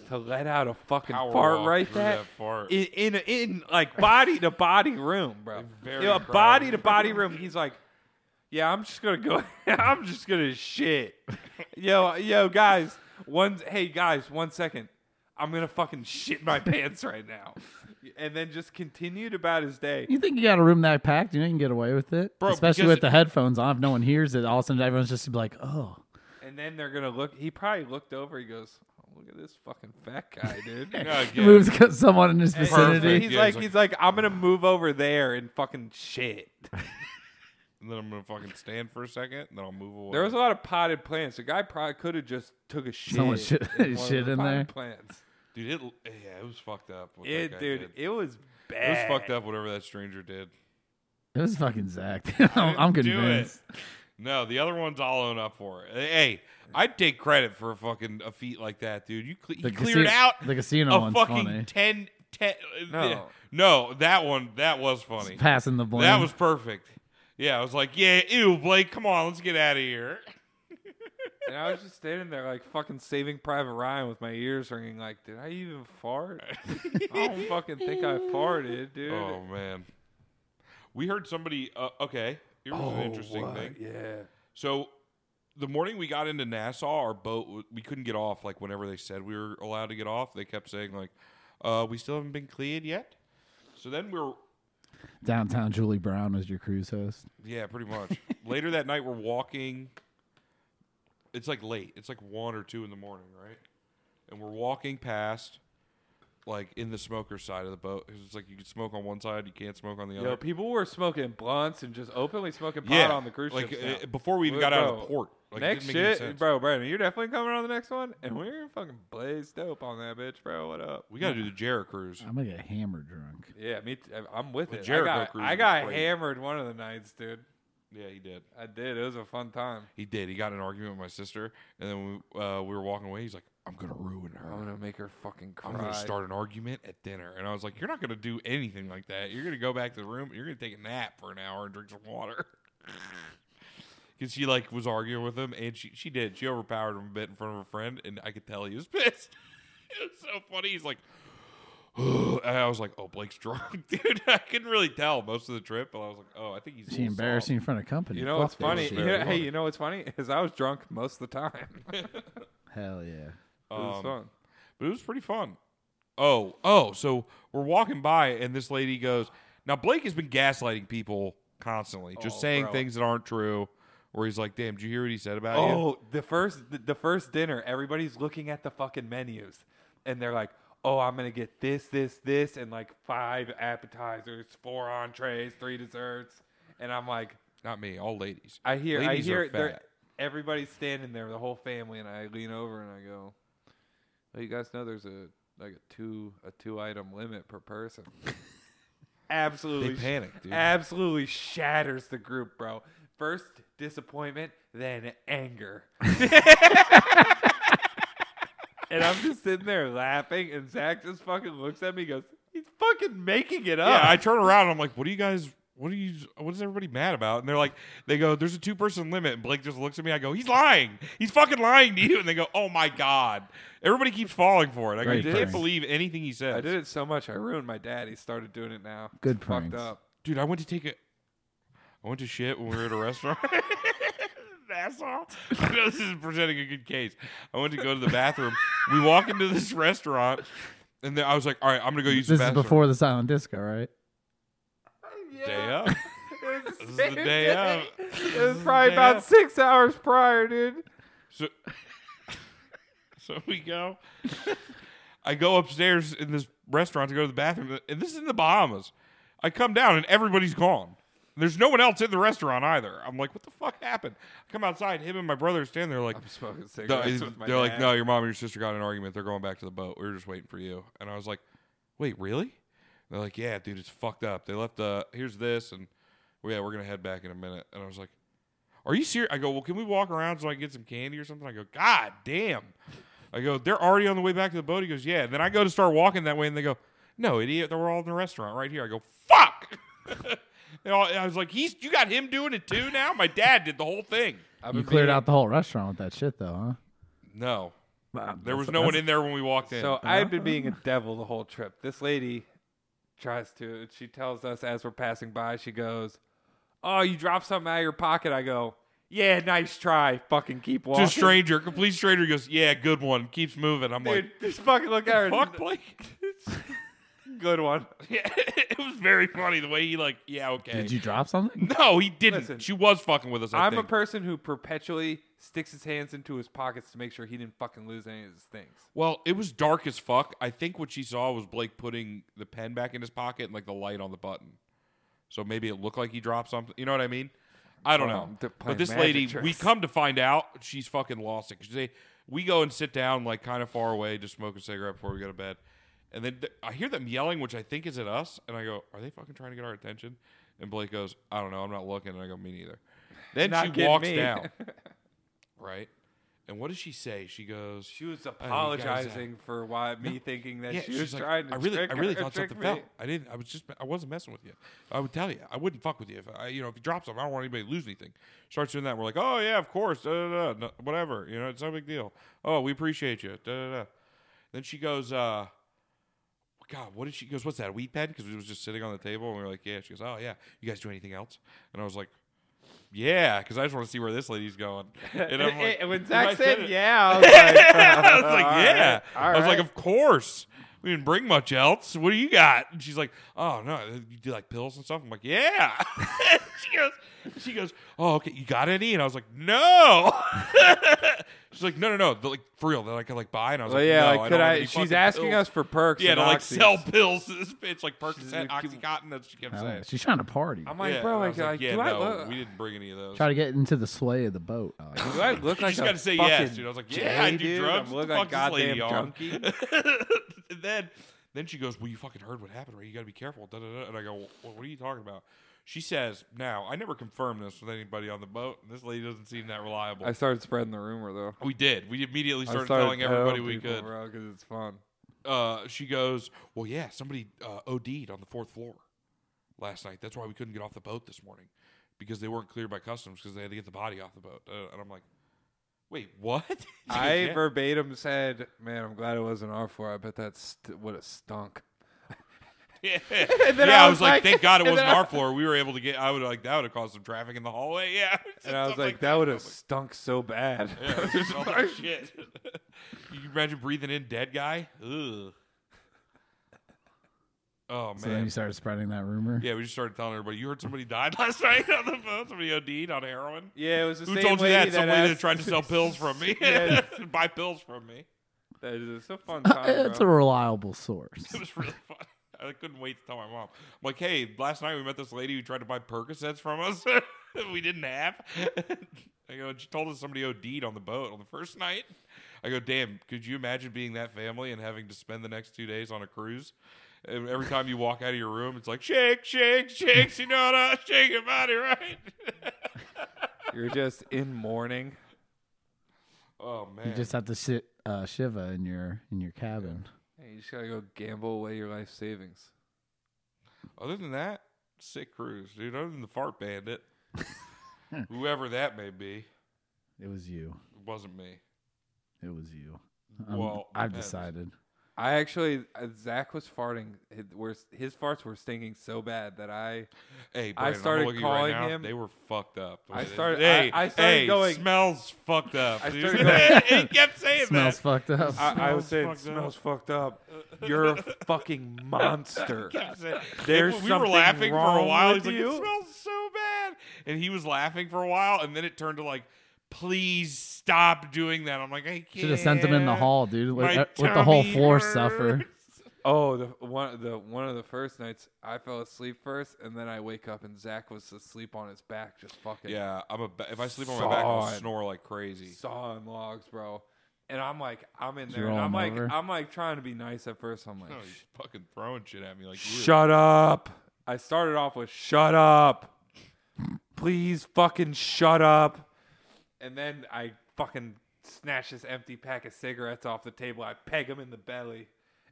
to let out a fucking
Power
fart
walk
right
through
that,
that fart.
in in in like body to body room, bro.
Very
You know, a
proud.
body to body room. He's like, yeah, I'm just gonna go. I'm just gonna shit. yo, yo, guys. One, hey, guys. One second. I'm gonna fucking shit my pants right now, and then just continued about his day.
You think you got a room that packed? You know you can get away with it,
Bro,
especially
because
with
it-
the headphones on. If no one hears it, all of a sudden everyone's just be like, "Oh,
And then they're gonna look. He probably looked over. He goes, oh, "Look at this fucking fat guy, dude."
Yeah,
he
again.
moves got someone in his
And-
vicinity."
He's
Yeah,
like,
he's like-
he's like, I'm gonna move over there and fucking shit.
and then I'm gonna fucking stand for a second, and then I'll move away.
There was a lot of potted plants. The guy probably could have just took a shit.
Someone shit-
in one of
shit
the
in
potted
there.
Plants.
dude. It yeah, it was fucked up. what that guy
It, dude,
did.
it was
It was
bad.
fucked up. Whatever that stranger did.
it was fucking Zach. I'm, I'm
Didn't
convinced.
Do it. No, the other ones I'll own up for. Eh, Hey, I'd take credit for a fucking a feat like that, dude. You cle-
The
he cleared
casino-
out
the casino
a
one's funny.
fucking ten ten. uh,
No.
yeah. no, that one that was funny.
Passing the blame.
That was perfect. Yeah, I was like, yeah, ew, Blake, come on, let's get out of here.
And I was just standing there like fucking Saving Private Ryan with my ears ringing. Like, did I even fart? I don't fucking think I farted, dude.
Oh man, we heard somebody. Uh, okay, here was an interesting
what?
thing.
Yeah.
So the morning we got into Nassau, our boat w- we couldn't get off. Like whenever they said we were allowed to get off, they kept saying like, uh, "We still haven't been cleared yet." So then we were
downtown. Julie Brown was your cruise host.
yeah, pretty much. Later that night, we're walking. It's like late. It's like one or two in the morning, right? And we're walking past, like in the smoker side of the boat. 'Cause It's like you can smoke on one side, you can't smoke on the other.
Yo, people were smoking blunts and just openly smoking pot
yeah,
on the cruise
like
ships now.
uh, before we even
Bro,
got out of the
bro,
port. Like, it
next
didn't make any
shit,
sense.
bro, Brandon, you're definitely coming on the next one, and we're gonna fucking blaze dope on that bitch, bro. What up?
We got to do the Jarrah cruise.
Oh.
I'm gonna get hammered drunk.
Yeah, me. T- I'm with it.
Jericho
I got,
Cruise
I
was
got
great.
hammered one of the nights, dude.
Yeah, he did.
I did. It was a fun time.
He did. He got in an argument with my sister, and then we, uh, we were walking away. He's like, I'm gonna ruin her.
I'm gonna make her fucking cry.
I'm going to start an argument at dinner. And I was like, You're not going to do anything like that. You're going to go back to the room. You're going to take a nap for an hour and drink some water. Because she, like, was arguing with him. And she, she did. She overpowered him a bit in front of her friend. And I could tell he was pissed. it was so funny. He's like, and I was like, Oh, Blake's drunk, dude. I couldn't really tell most of the trip. But I was like, Oh, I think he's. a
She
little
embarrassed you
soft."
in front of company.
You know
Fuck
what's
that
funny?
shit.
You know- hey, you know what's funny is I was drunk most of the time. it
Hell yeah.
was
Um,
fun.
But it was pretty fun. Oh, oh, so we're walking by and this lady goes, Now Blake has been gaslighting people constantly,
Oh,
just saying things that aren't true. Where he's like, Damn, did you hear what he said about you?
Oh, the first the, the first dinner, everybody's looking at the fucking menus, and they're like, "Oh, I'm gonna get this, this, this, and like five appetizers, four entrees, three desserts," and I'm like,
Not me, all ladies.
"I hear,
Ladies
I
are
hear, they're
fat.
everybody's standing there, the whole family, and I lean over and I go, well, you guys know there's a like a two a two item limit per person."
They
Absolutely
panic, dude.
absolutely shatters the group, bro. First disappointment, then anger. and I'm just sitting there laughing, and Zach just fucking looks at me and goes, He's fucking making it
yeah,
up.
I turn around and I'm like, What are you guys what are you what is everybody mad about? And they're like, they go, There's a two person limit, and Blake just looks at me, I go, He's lying. He's fucking lying to you. And they go, Oh my God. Everybody keeps falling for it. I go,
Great
You can't
prank.
believe anything he says.
I, did it so much, I ruined my dad. He started doing it now.
Good
It's
pranks.
Fucked up.
Dude, I went to take a. I went to shit when we were at a restaurant. That's all. I know this is presenting a good case. I went to go to the bathroom. we walk into this restaurant, and then I was like, "All right, I'm gonna go use
This
the
is
bathroom."
before the silent disco, right?
day up. This is the day up.
It was
day
probably about
up.
six hours prior, dude.
So, so we go. I go upstairs in this restaurant to go to the bathroom, and this is in the Bahamas. I come down, and everybody's gone. There's no one else in the restaurant either. I'm like, what the fuck happened? I come outside, him and my brother are standing there like,
I'm smoking
No,
cigarettes
is-
with my
they're like,
dad.
no, your mom and your sister got in an argument. They're going back to the boat. We were just waiting for you. And I was like, wait, really? They're like, yeah, dude, it's fucked up. They left. Uh, here's this, and well, yeah, we're gonna head back in a minute. And I was like, are you serious? I go, well, can we walk around so I can get some candy or something? I go, god damn. I go, they're already on the way back to the boat. He goes, yeah. And then I go to start walking that way, and they go, no, idiot, they were all in the restaurant right here. I go, fuck. They all- I was like, he's you got him doing it too now. My dad did the whole thing.
I've
You
been
cleared
meaning-
out the whole restaurant with that shit, though,
No,
huh?
there was no one in there when we walked in.
So I've been being a devil the whole trip. This lady tries to. She tells us as we're passing by. She goes, "Oh, you dropped something out of your pocket." I go, "Yeah, nice try. Fucking keep walking."
to a stranger, complete stranger goes, "Yeah, good one." Keeps moving. I'm
dude. Just fucking look at her.
like, "Fuck, Blake."
Good one.
yeah, it was very funny the way he like, "Yeah, okay."
Did you drop something?
No, he didn't.
Listen,
she was fucking with us. I
I'm a
think.
person who perpetually sticks his hands into his pockets to make sure he didn't fucking lose any of his things.
well, it was dark as fuck. I think what she saw was Blake putting the pen back in his pocket and like the light on the button. So maybe it looked like he dropped something. You know what I mean? I don't
Well,
know.
they're
But
playing
this
magic
lady, we
tricks.
come to find out, she's fucking lost it. 'Cause they, we go and sit down like kind of far away to smoke a cigarette before we go to bed, and then th- I hear them yelling, which I think is at us, and I go, "Are they fucking trying to get our attention?" And Blake goes, "I don't know. I'm not looking." And I go, "Me neither." Then
Not
she
getting
walks
me.
down, right? And what does she say? She goes,
She was
you guys, uh,
apologizing for why me thinking that
yeah,
she was
she's like,
trying to
I really,
trick
I really
her,
thought
trick
something
me."
fell. I didn't. I was just. I wasn't messing with you. I would tell you. I wouldn't fuck with you if I, you know, if you drop something. I don't want anybody to lose anything. Starts doing that. We're like, oh yeah, of course. Da, da, da, no, whatever. You know, it's no big deal. Oh, we appreciate you. Da, da, da. Then she goes, uh, God, what did she? Goes, what's that? A weed pen? Because it was just sitting on the table, and we were like, yeah. She goes, oh yeah. You guys do anything else? And I was like. Yeah, because I just want to see where this lady's going. And I'm like,
And when
I
Zach
said
said,
it-
"Yeah," I was like,
I was like, yeah.
all
I was like,
right.
of course. We didn't bring much else. What do you got? And she's like, oh no, you do like pills and stuff. I'm like, yeah. she goes, she goes, oh okay, you got any? And I was like, no. she's like, no, no, no, They're like for real. That I could like buy. And I was
Well,
like,
yeah,
no,
like,
I
could
don't have
I?
any
She's
fucking
asking
pills.
us for perks.
yeah
and
to like
oxys.
sell pills to this bitch, like
She's
Percocet,
like, "Keep-
OxyContin. That's what she kept
Oh,
saying.
she's trying to party.
I'm like,
Yeah,
bro,
and I
like,
was like,
like,
yeah,
do, I
no,
look,
we didn't bring any of those.
Try to get into the sway of the boat. Alex.
do I look
Oh, You
like
just
a
gotta say
fucking
yes, dude. I was like, yeah, I
gay,
do
dude?
drugs.
I
What
look
the
like
fuck is this
goddamn
lady on?
junkie.
and then Then she goes, "Well, you fucking heard what happened, right? You got to be careful." Da, da, da. And I go, well, "What are you talking about?" She says, "Now, I never confirmed this with anybody on the boat. and This lady doesn't seem that reliable."
I started spreading the rumor though.
we did. We immediately
I
started,
started
telling everybody we
people,
could.
bro, because it's fun.
Uh, she goes, "Well, yeah, somebody uh, OD'd on the fourth floor last night. That's why we couldn't get off the boat this morning because they weren't cleared by customs because they had to get the body off the boat." Uh, and I'm like, "Wait, what?" She goes,
I
"Yeah."
verbatim said, "Man, I'm glad it wasn't our floor. I bet that st- would have stunk."
yeah,
then I
I, was,
was
like,
like-
thank God it
and
wasn't
then I-
our floor. We were able to get. I would like that would have caused some traffic in the hallway. Yeah,
And I was like, "That would have stunk so bad."
oh, shit. you can imagine breathing in dead guy. Ugh. Oh man.
So then you started spreading that rumor.
yeah, we just started telling everybody. You heard somebody died last night on the phone. Somebody OD'd on heroin.
yeah, it was the
Who
same
told you
lady
that? Somebody that
asked-
tried to sell pills from me.
Yeah.
Buy pills from me.
That is it's a fun
Uh,
time.
it's a
bro.
reliable source.
It was really fun. I couldn't wait to tell my mom. I'm like, hey, last night we met this lady who tried to buy Percocets from us. that we didn't have. I go, she told us somebody OD'd on the boat on the first night. I go, damn, could you imagine being that family and having to spend the next two days on a cruise? And Every time you walk out of your room, it's like, shake, shake, shake, Sinora, shake your body, right?
You're just in mourning.
oh, man.
You just have to sit uh, Shiva in your in your cabin.
Hey, you just gotta go gamble away your life savings.
Other than that, sick cruise, dude. Other than the fart bandit, whoever that may be, it
It was you.
wasn't me.
It was you. Um,
Well,
I've
depends.
decided.
I actually, uh, Zach was farting. His, were, his farts were stinking so bad that I,
Hey, Brandon, I
started
started calling
calling
you right now,
him-
They were fucked up.
I started-
Hey,
I- I started
hey,
going-
Smells fucked up.
I
dude.
started
he kept saying
Smells
that.
fucked up.
I, I was
Smells
saying,
fucked up.
smells fucked up. You're a fucking monster.
Kept saying-
There's
we were
something
laughing for a
wrong
while.
with
He's like,
you.
it smells so bad, and he was laughing for a while, and then it turned to like, please stop doing that. I'm like, I can't.
Should have sent him in the hall, dude. With,
My
uh, with the whole
tummy
floor
hurts.
suffer.
Oh, the one, the one of the first nights, I fell asleep first, and then I wake up and Zach was asleep on his back, just fucking
Yeah, I'm a. If I sleep on my back, I'll
Son.
snore like crazy.
sawing logs, bro. And I'm like, I'm in
Did you
there. And
roll
I'm
him
like,
over?
I'm like trying to be nice at first. I'm like,
No, he's fucking throwing shit at me Oh, like you.
Shut up. I started off with shut up. Please fucking shut up. And then I fucking snatch this empty pack of cigarettes off the table. I peg him in the belly.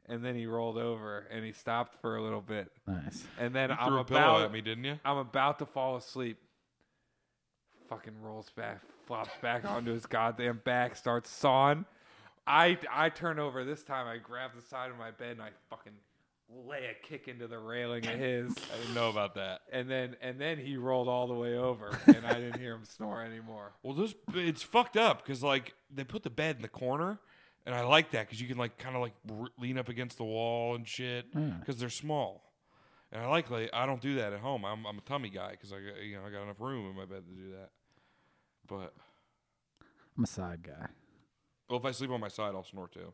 And then he rolled over and he stopped for a little bit.
Nice.
And then I'm
threw a pillow
about
at me, didn't you?
I'm about to fall asleep. Fucking rolls back, flops back onto his goddamn back, starts sawing. I, I turn over this time. I grab the side of my bed and I fucking lay a kick into the railing of his,
I didn't know about that.
and then and then he rolled all the way over, and I didn't hear him snore anymore.
Well, this it's fucked up because like they put the bed in the corner, and I like that because you can like kind of like r- lean up against the wall and shit
Hmm.
because they're small. And I like like I don't do that at home. I'm I'm a tummy guy because I got- you know I got enough room in my bed to do that. But
I'm a side guy.
well, if I sleep on my side, I'll snore too.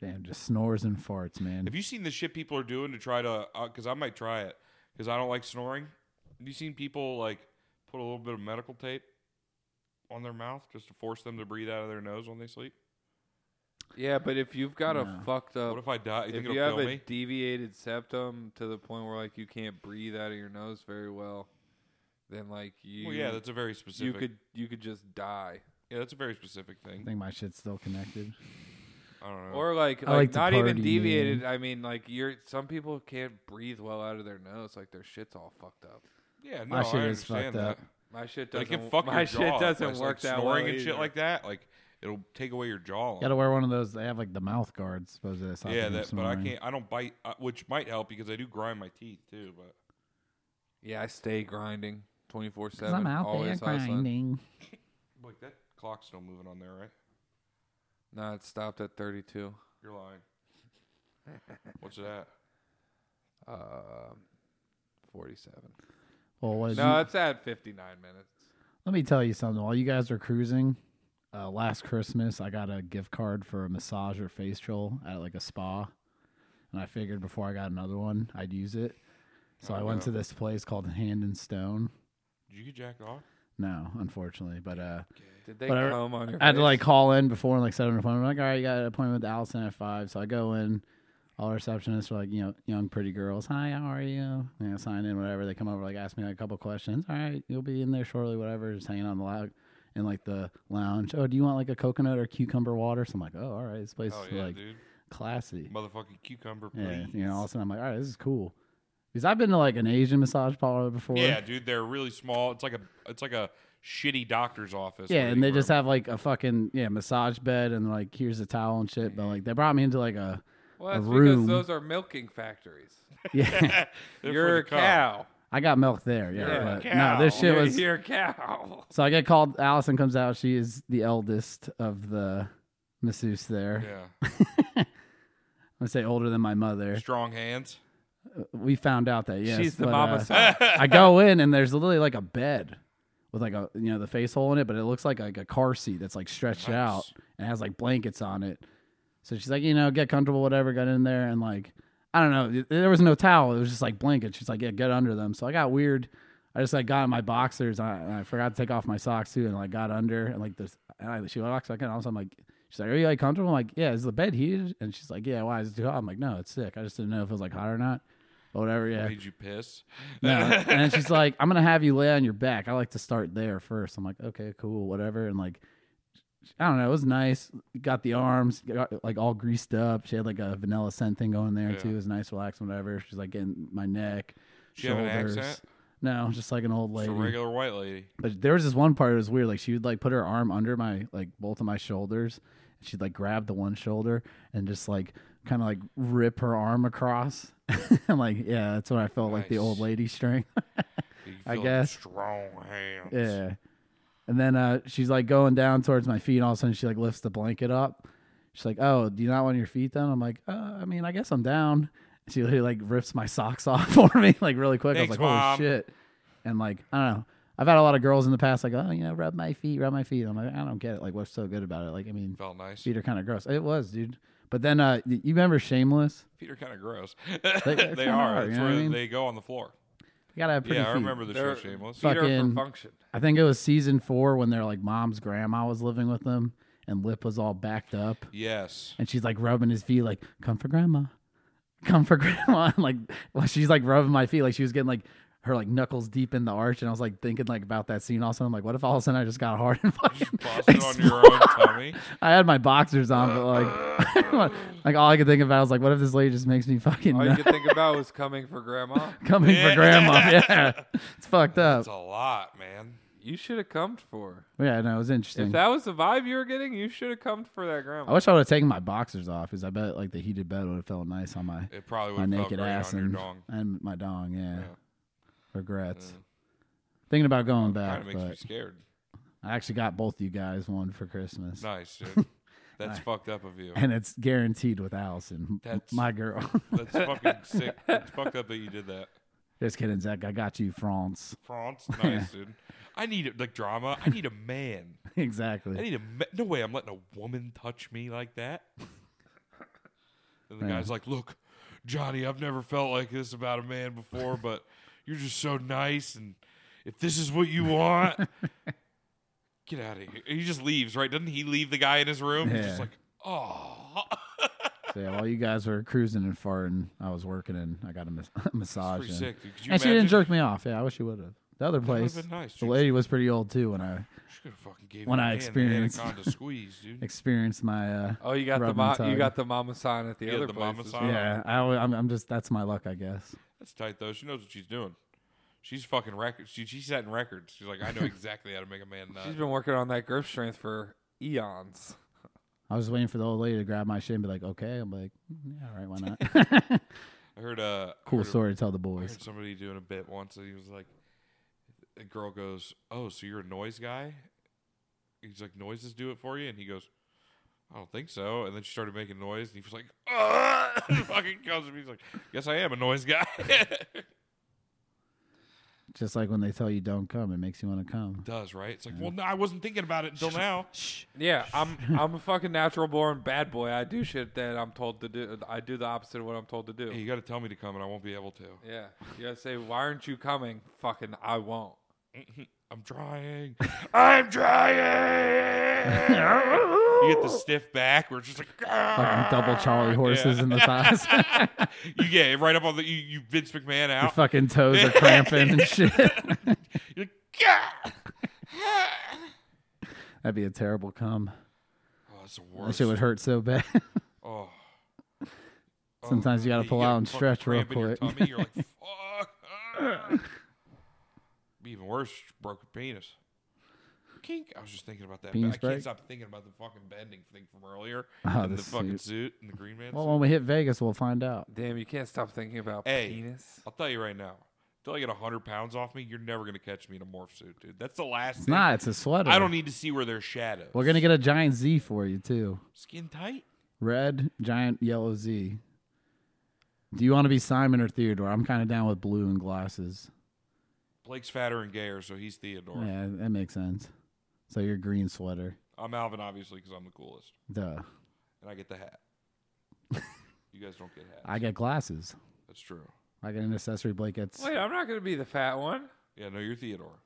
Damn, just snores and farts, man.
Have you seen the shit people are doing to try to? Because I might try it because I don't like snoring. Have you seen people like put a little bit of medical tape on their mouth just to force them to breathe out of their nose when they sleep?
Yeah, but if you've got
No.
a fucked up,
What if I die? You think
Oh, if
it'll
you have
kill
a
me?
deviated septum to the point where like you can't breathe out of your nose very well, then like you,
Well, yeah, that's a very specific.
you could you could just die.
yeah, that's a very specific
I
thing.
think my shit's still connected.
I don't know.
or like,
I
like,
like to
not even
party,
deviated. I mean, like you're some people can't breathe well out of their nose, like their shit's all fucked up.
yeah, no,
my shit
I
is fucked
understand that.
up.
My shit
But it
doesn't.
can fuck
my
your jaw.
shit
up.
doesn't
It's
work
like
that well.
snoring and
either.
shit like that. Like it'll take away your jaw.
Got to wear one of those. They have like the mouth guards. Supposed to stop
yeah,
you
that.
from
But I
snoring.
can't. I don't bite, uh, which might help because I do grind my teeth too. But
Yeah, I stay grinding twenty four
'Cause
seven.
I'm out there
always hustling.
grinding.
like that clock's still moving on there, right?
No, it stopped at thirty two.
You're lying. What's that?
Um, forty seven.
Well, what did you-
No, it's at fifty nine minutes.
Let me tell you something. While you guys were cruising, uh, last Christmas, I got a gift card for a massage or facial at like a spa. And I figured before I got another one,
Oh,
I'd use it. So I went to this place called Hand and Stone.
Did you get jacked off?
No, unfortunately. But uh,
Did they
But I-
come on your
I had to
face?
like call in before and like set up an appointment. I'm like, all right, you got an appointment with Allison at five. So I go in. All receptionists are like, you know, young pretty girls. Hi, how are you? You know, sign in, whatever. They come over, like, ask me like, a couple questions. All right, you'll be in there shortly, whatever. Just hanging on the lou- in like the lounge. Oh, do you want like a coconut or cucumber water? So I'm like, oh, all right, this place
Oh
is
yeah,
like
dude.
classy.
Motherfucking cucumber, please.
Yeah, you know, all of a sudden I'm like, all right, this is cool. Because I've been to like an Asian massage parlor before.
Yeah, dude, they're really small. It's like a it's like a shitty doctor's office.
Yeah,
waiting
and they
room.
just have like a fucking yeah massage bed and like here's a towel and shit.
Mm-hmm.
But like they brought me into like a
well,
a
that's
room.
because those are milking factories.
yeah.
They're for
You're
the
a
cum.
cow.
I got milk there. Yeah,
Yeah,
but no, this shit
You're,
was.
you're a cow.
So I get called. Allison comes out. She is the eldest of the masseuse there.
Yeah,
I'm gonna say older than my mother.
strong hands.
We found out that yes,
She's the
but,
mama
uh,
sow.
I go in and there's literally like a bed with like a you know the face hole in it, but it looks like like a car seat that's like stretched
Nice.
out and has like blankets on it. So she's like, you know, get comfortable, whatever. Got in there and like I don't know, th- there was no towel. It was just like blankets. She's like, yeah, get under them. So I got weird. I just like got in my boxers. And I, and I forgot to take off my socks too, and like got under and like this. And I, she walks back in. Also, I'm like, she's like, are you like comfortable? I'm like, yeah. Is the bed heated? And she's like, yeah. Why is it too hot? I'm like, no, it's sick. I just didn't know if it was like hot or not. But whatever. Yeah.
Made you piss.
No. And then she's like, I'm going to have you lay on your back. I like to start there first. I'm like, okay, cool, whatever. And like, I don't know. It was nice. Got the arms, got, like all greased up. She had like a vanilla scent thing going there
Yeah.
too. It was nice, relaxing, whatever. She's like getting my neck,
She have an
shoulders.
accent?
No, just like an old
Just
lady.
a regular white lady.
But there was this one part that was weird. Like she would like put her arm under my like both of my shoulders, and she'd like grab the one shoulder and just like kind of like rip her arm across. and like yeah, that's what I felt like the old
Nice.
lady strength.
You
I
feel
guess.
strong hands.
Yeah. And then uh, she's like going down towards my feet. And all of a sudden, she like lifts the blanket up. She's like, "Oh, do you not want your feet down?" I'm like, uh, "I mean, I guess I'm down." She literally like rips my socks off for me like really quick. I
Thanks,
was like, "Holy
Mom."
shit!" And like, I don't know. I've had a lot of girls in the past like, "Oh, you know, rub my feet, rub my feet." I'm like, I don't get it. Like, what's so good about it? Like, I mean,
Felt nice.
feet are kind of gross. It was, dude. But then uh, y- you remember Shameless?
Feet are kind of gross.
they
they
kinda
are.
are, you
That's
know
where
what I mean?
they go on the floor.
You gotta have pretty
yeah, I
feet.
remember the show
They're-
Shameless.
Feet are for
Fucking-
function.
I think it was season four when their like mom's grandma was living with them, and Lip was all backed up.
Yes.
and she's like rubbing his feet, like "Come for grandma, come for grandma." And, like well, she's like rubbing my feet, like she was getting like her like knuckles deep in the arch, and I was like thinking like about that scene. Also, I'm like, what if all of a sudden I just got hard and fucking
Busted on your own tummy.
I had my boxers on, but like, like all I could think about was like, what if this lady just makes me fucking
All you could
nut-
think about was coming for grandma.
coming
Yeah.
for grandma? Yeah, it's fucked up.
That's a lot, man.
You should have come for. her.
Yeah, no, it was
If
interesting.
that was the vibe you were getting, you should have come for that grandma.
I wish I would have taken my boxers off because I bet like the heated bed would have felt nice on my
It probably
my
would have felt
naked
great
ass
on your
and,
dong.
and my dong. Yeah,
Yeah.
regrets. Thinking about going
Kind
back,
of makes me
but
scared.
I actually got both you guys one for Christmas,
Nice, dude. That's fucked up of you.
and it's guaranteed with Allison, m-
That's-
my girl.
That's fucking sick. It's fucked up that you did that.
Just kidding, Zach. I got you, France.
France, nice, dude. I need like drama. I need a man. I
exactly.
need a ma- no way. I'm letting a woman touch me like that. And the
Yeah.
guy's like, "Look, Johnny, I've never felt like this about a man before, but you're just so nice, and if this is what you want, get out of here." And he just leaves, right? Doesn't he leave the guy in his room? He's just
Yeah.
like, "Oh,
So, yeah, while you guys were cruising and farting, I was working and I got a mas- massage.
pretty
in.
sick." Dude. Could you
And she didn't
imagine?
jerk me off. Yeah, I wish she would have. The other
would've
place,
been nice,
the
dude.
lady was pretty old too when I
She could've fucking gave
When
me a
I
hand,
experienced-
anaconda squeeze, dude.
experienced my. Uh,
oh, you got the
Rub
mo-
and
you
tug.
got the mama sign at the
Yeah,
other
the mama
places.
sign.
yeah, I, alwa- I'm, I'm just that's my luck, I guess.
That's tight though. She knows what she's doing. She's fucking records. She, she's setting records. She's like, I know exactly how to make a man nut.
She's been working on that grip strength for eons.
I was waiting for the old lady to grab my shit and be like, "Okay," I'm like, "Mm, "Yeah, all right, why not?"
I heard a
cool
heard,
story to tell the
I
boys.
heard somebody doing a bit once, and he was like, a girl goes, "Oh, so you're a noise guy?" He's like, "Noises do it for you," and he goes, "I don't think so." And then she started making noise, and he was like, "Ah!" And "Fucking comes to me." He's like, "Yes, I am a noise guy."
Just like when they tell you don't come, it makes you want to come.
Does right? It's like, well, no, I wasn't thinking about it until now.
Yeah, I'm I'm a fucking natural born bad boy. I do shit that I'm told to do. I do the opposite of what I'm told to do.
Hey, you got to tell me to come, and I won't be able to.
Yeah, you gotta say, why aren't you coming? Fucking, I won't.
I'm trying. I'm trying. you get the stiff back. We're just like
Fucking double Charlie horses in the thighs.
You get it right up on the you, you Vince McMahon
Your
out.
fucking toes are cramping and shit.
You're like, "Gah!"
That'd be a terrible cum.
oh, that's the
That
worst.
shit would hurt so bad.
oh. Oh,
Sometimes you gotta
yeah,
pull
get
out
a
and
fucking
stretch real
cramp in your
quick.
tummy, You're like, fuck. ah." Be even worse, broken penis. Kink. I was just thinking about that. but
Penis
I
break?
can't stop thinking about the fucking bending thing from earlier.
Oh,
and the
this
fucking
suit.
suit and the green man.
Well,
suit.
when we hit Vegas, we'll find out.
Damn, you can't stop thinking about
Hey.
penis.
I'll tell you right now. Until I get 100 pounds off me, you're never going to catch me in a morph suit, dude. That's the last
It's
thing.
not. It's a sweater.
I don't e- need to see where there's shadows.
We're gonna get a giant Z for you too.
Skin tight?
Red, giant, yellow Z. Do you want to be Simon or Theodore? I'm kind of down with blue and glasses.
Blake's fatter and gayer, so he's Theodore.
Yeah, that makes sense. So your green sweater.
I'm Alvin, obviously, because I'm the coolest.
Duh.
And I get the hat. you guys don't get hats.
I get glasses.
That's true.
I get an accessory Blake gets.
Wait, I'm not gonna be the fat one.
Yeah, no, you're Theodore.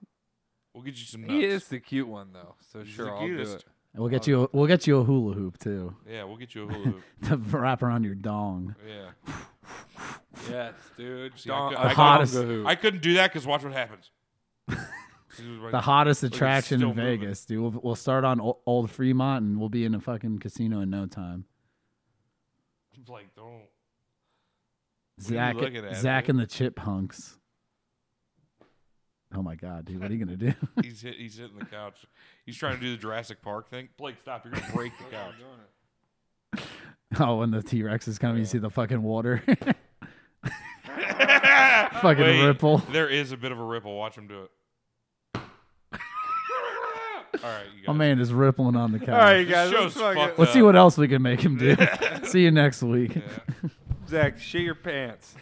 We'll get you some nuts.
He is the cute one though, so
He's the
sure I'll do
cutest.
it.
We'll get you. A, we'll get you a hula hoop too
Yeah, we'll get you a hula hoop.
to wrap around your dong.
yeah.
Yes, dude.
See, I
Don-
cou-
a
I cou-
Donga
hottest-
hoop.
I couldn't do that because watch what happens.
The hottest attraction
still
in
moving.
Vegas, dude. We'll, we'll start on o- Old Fremont and we'll be in a fucking casino in no time.
Blake, don't. What are you
Zach,
looking at,
Zach
dude?
and the Chip Hunks. Oh my god, dude! What are you gonna do?
He's hit, he's hitting the couch. He's trying to do the Jurassic Park thing. Blake, stop! You're gonna break the couch.
oh, when the T Rex is coming, you see the fucking water. fucking
Wait,
ripple.
There is a bit of a ripple. Watch him do it. All right, you guys.
My man is rippling on the couch.
All right,
This
guys.
show's
Let's fucking
fucked
Let's see
up.
what else we can make him do. see you next week.
Yeah.
Zach, shit your pants.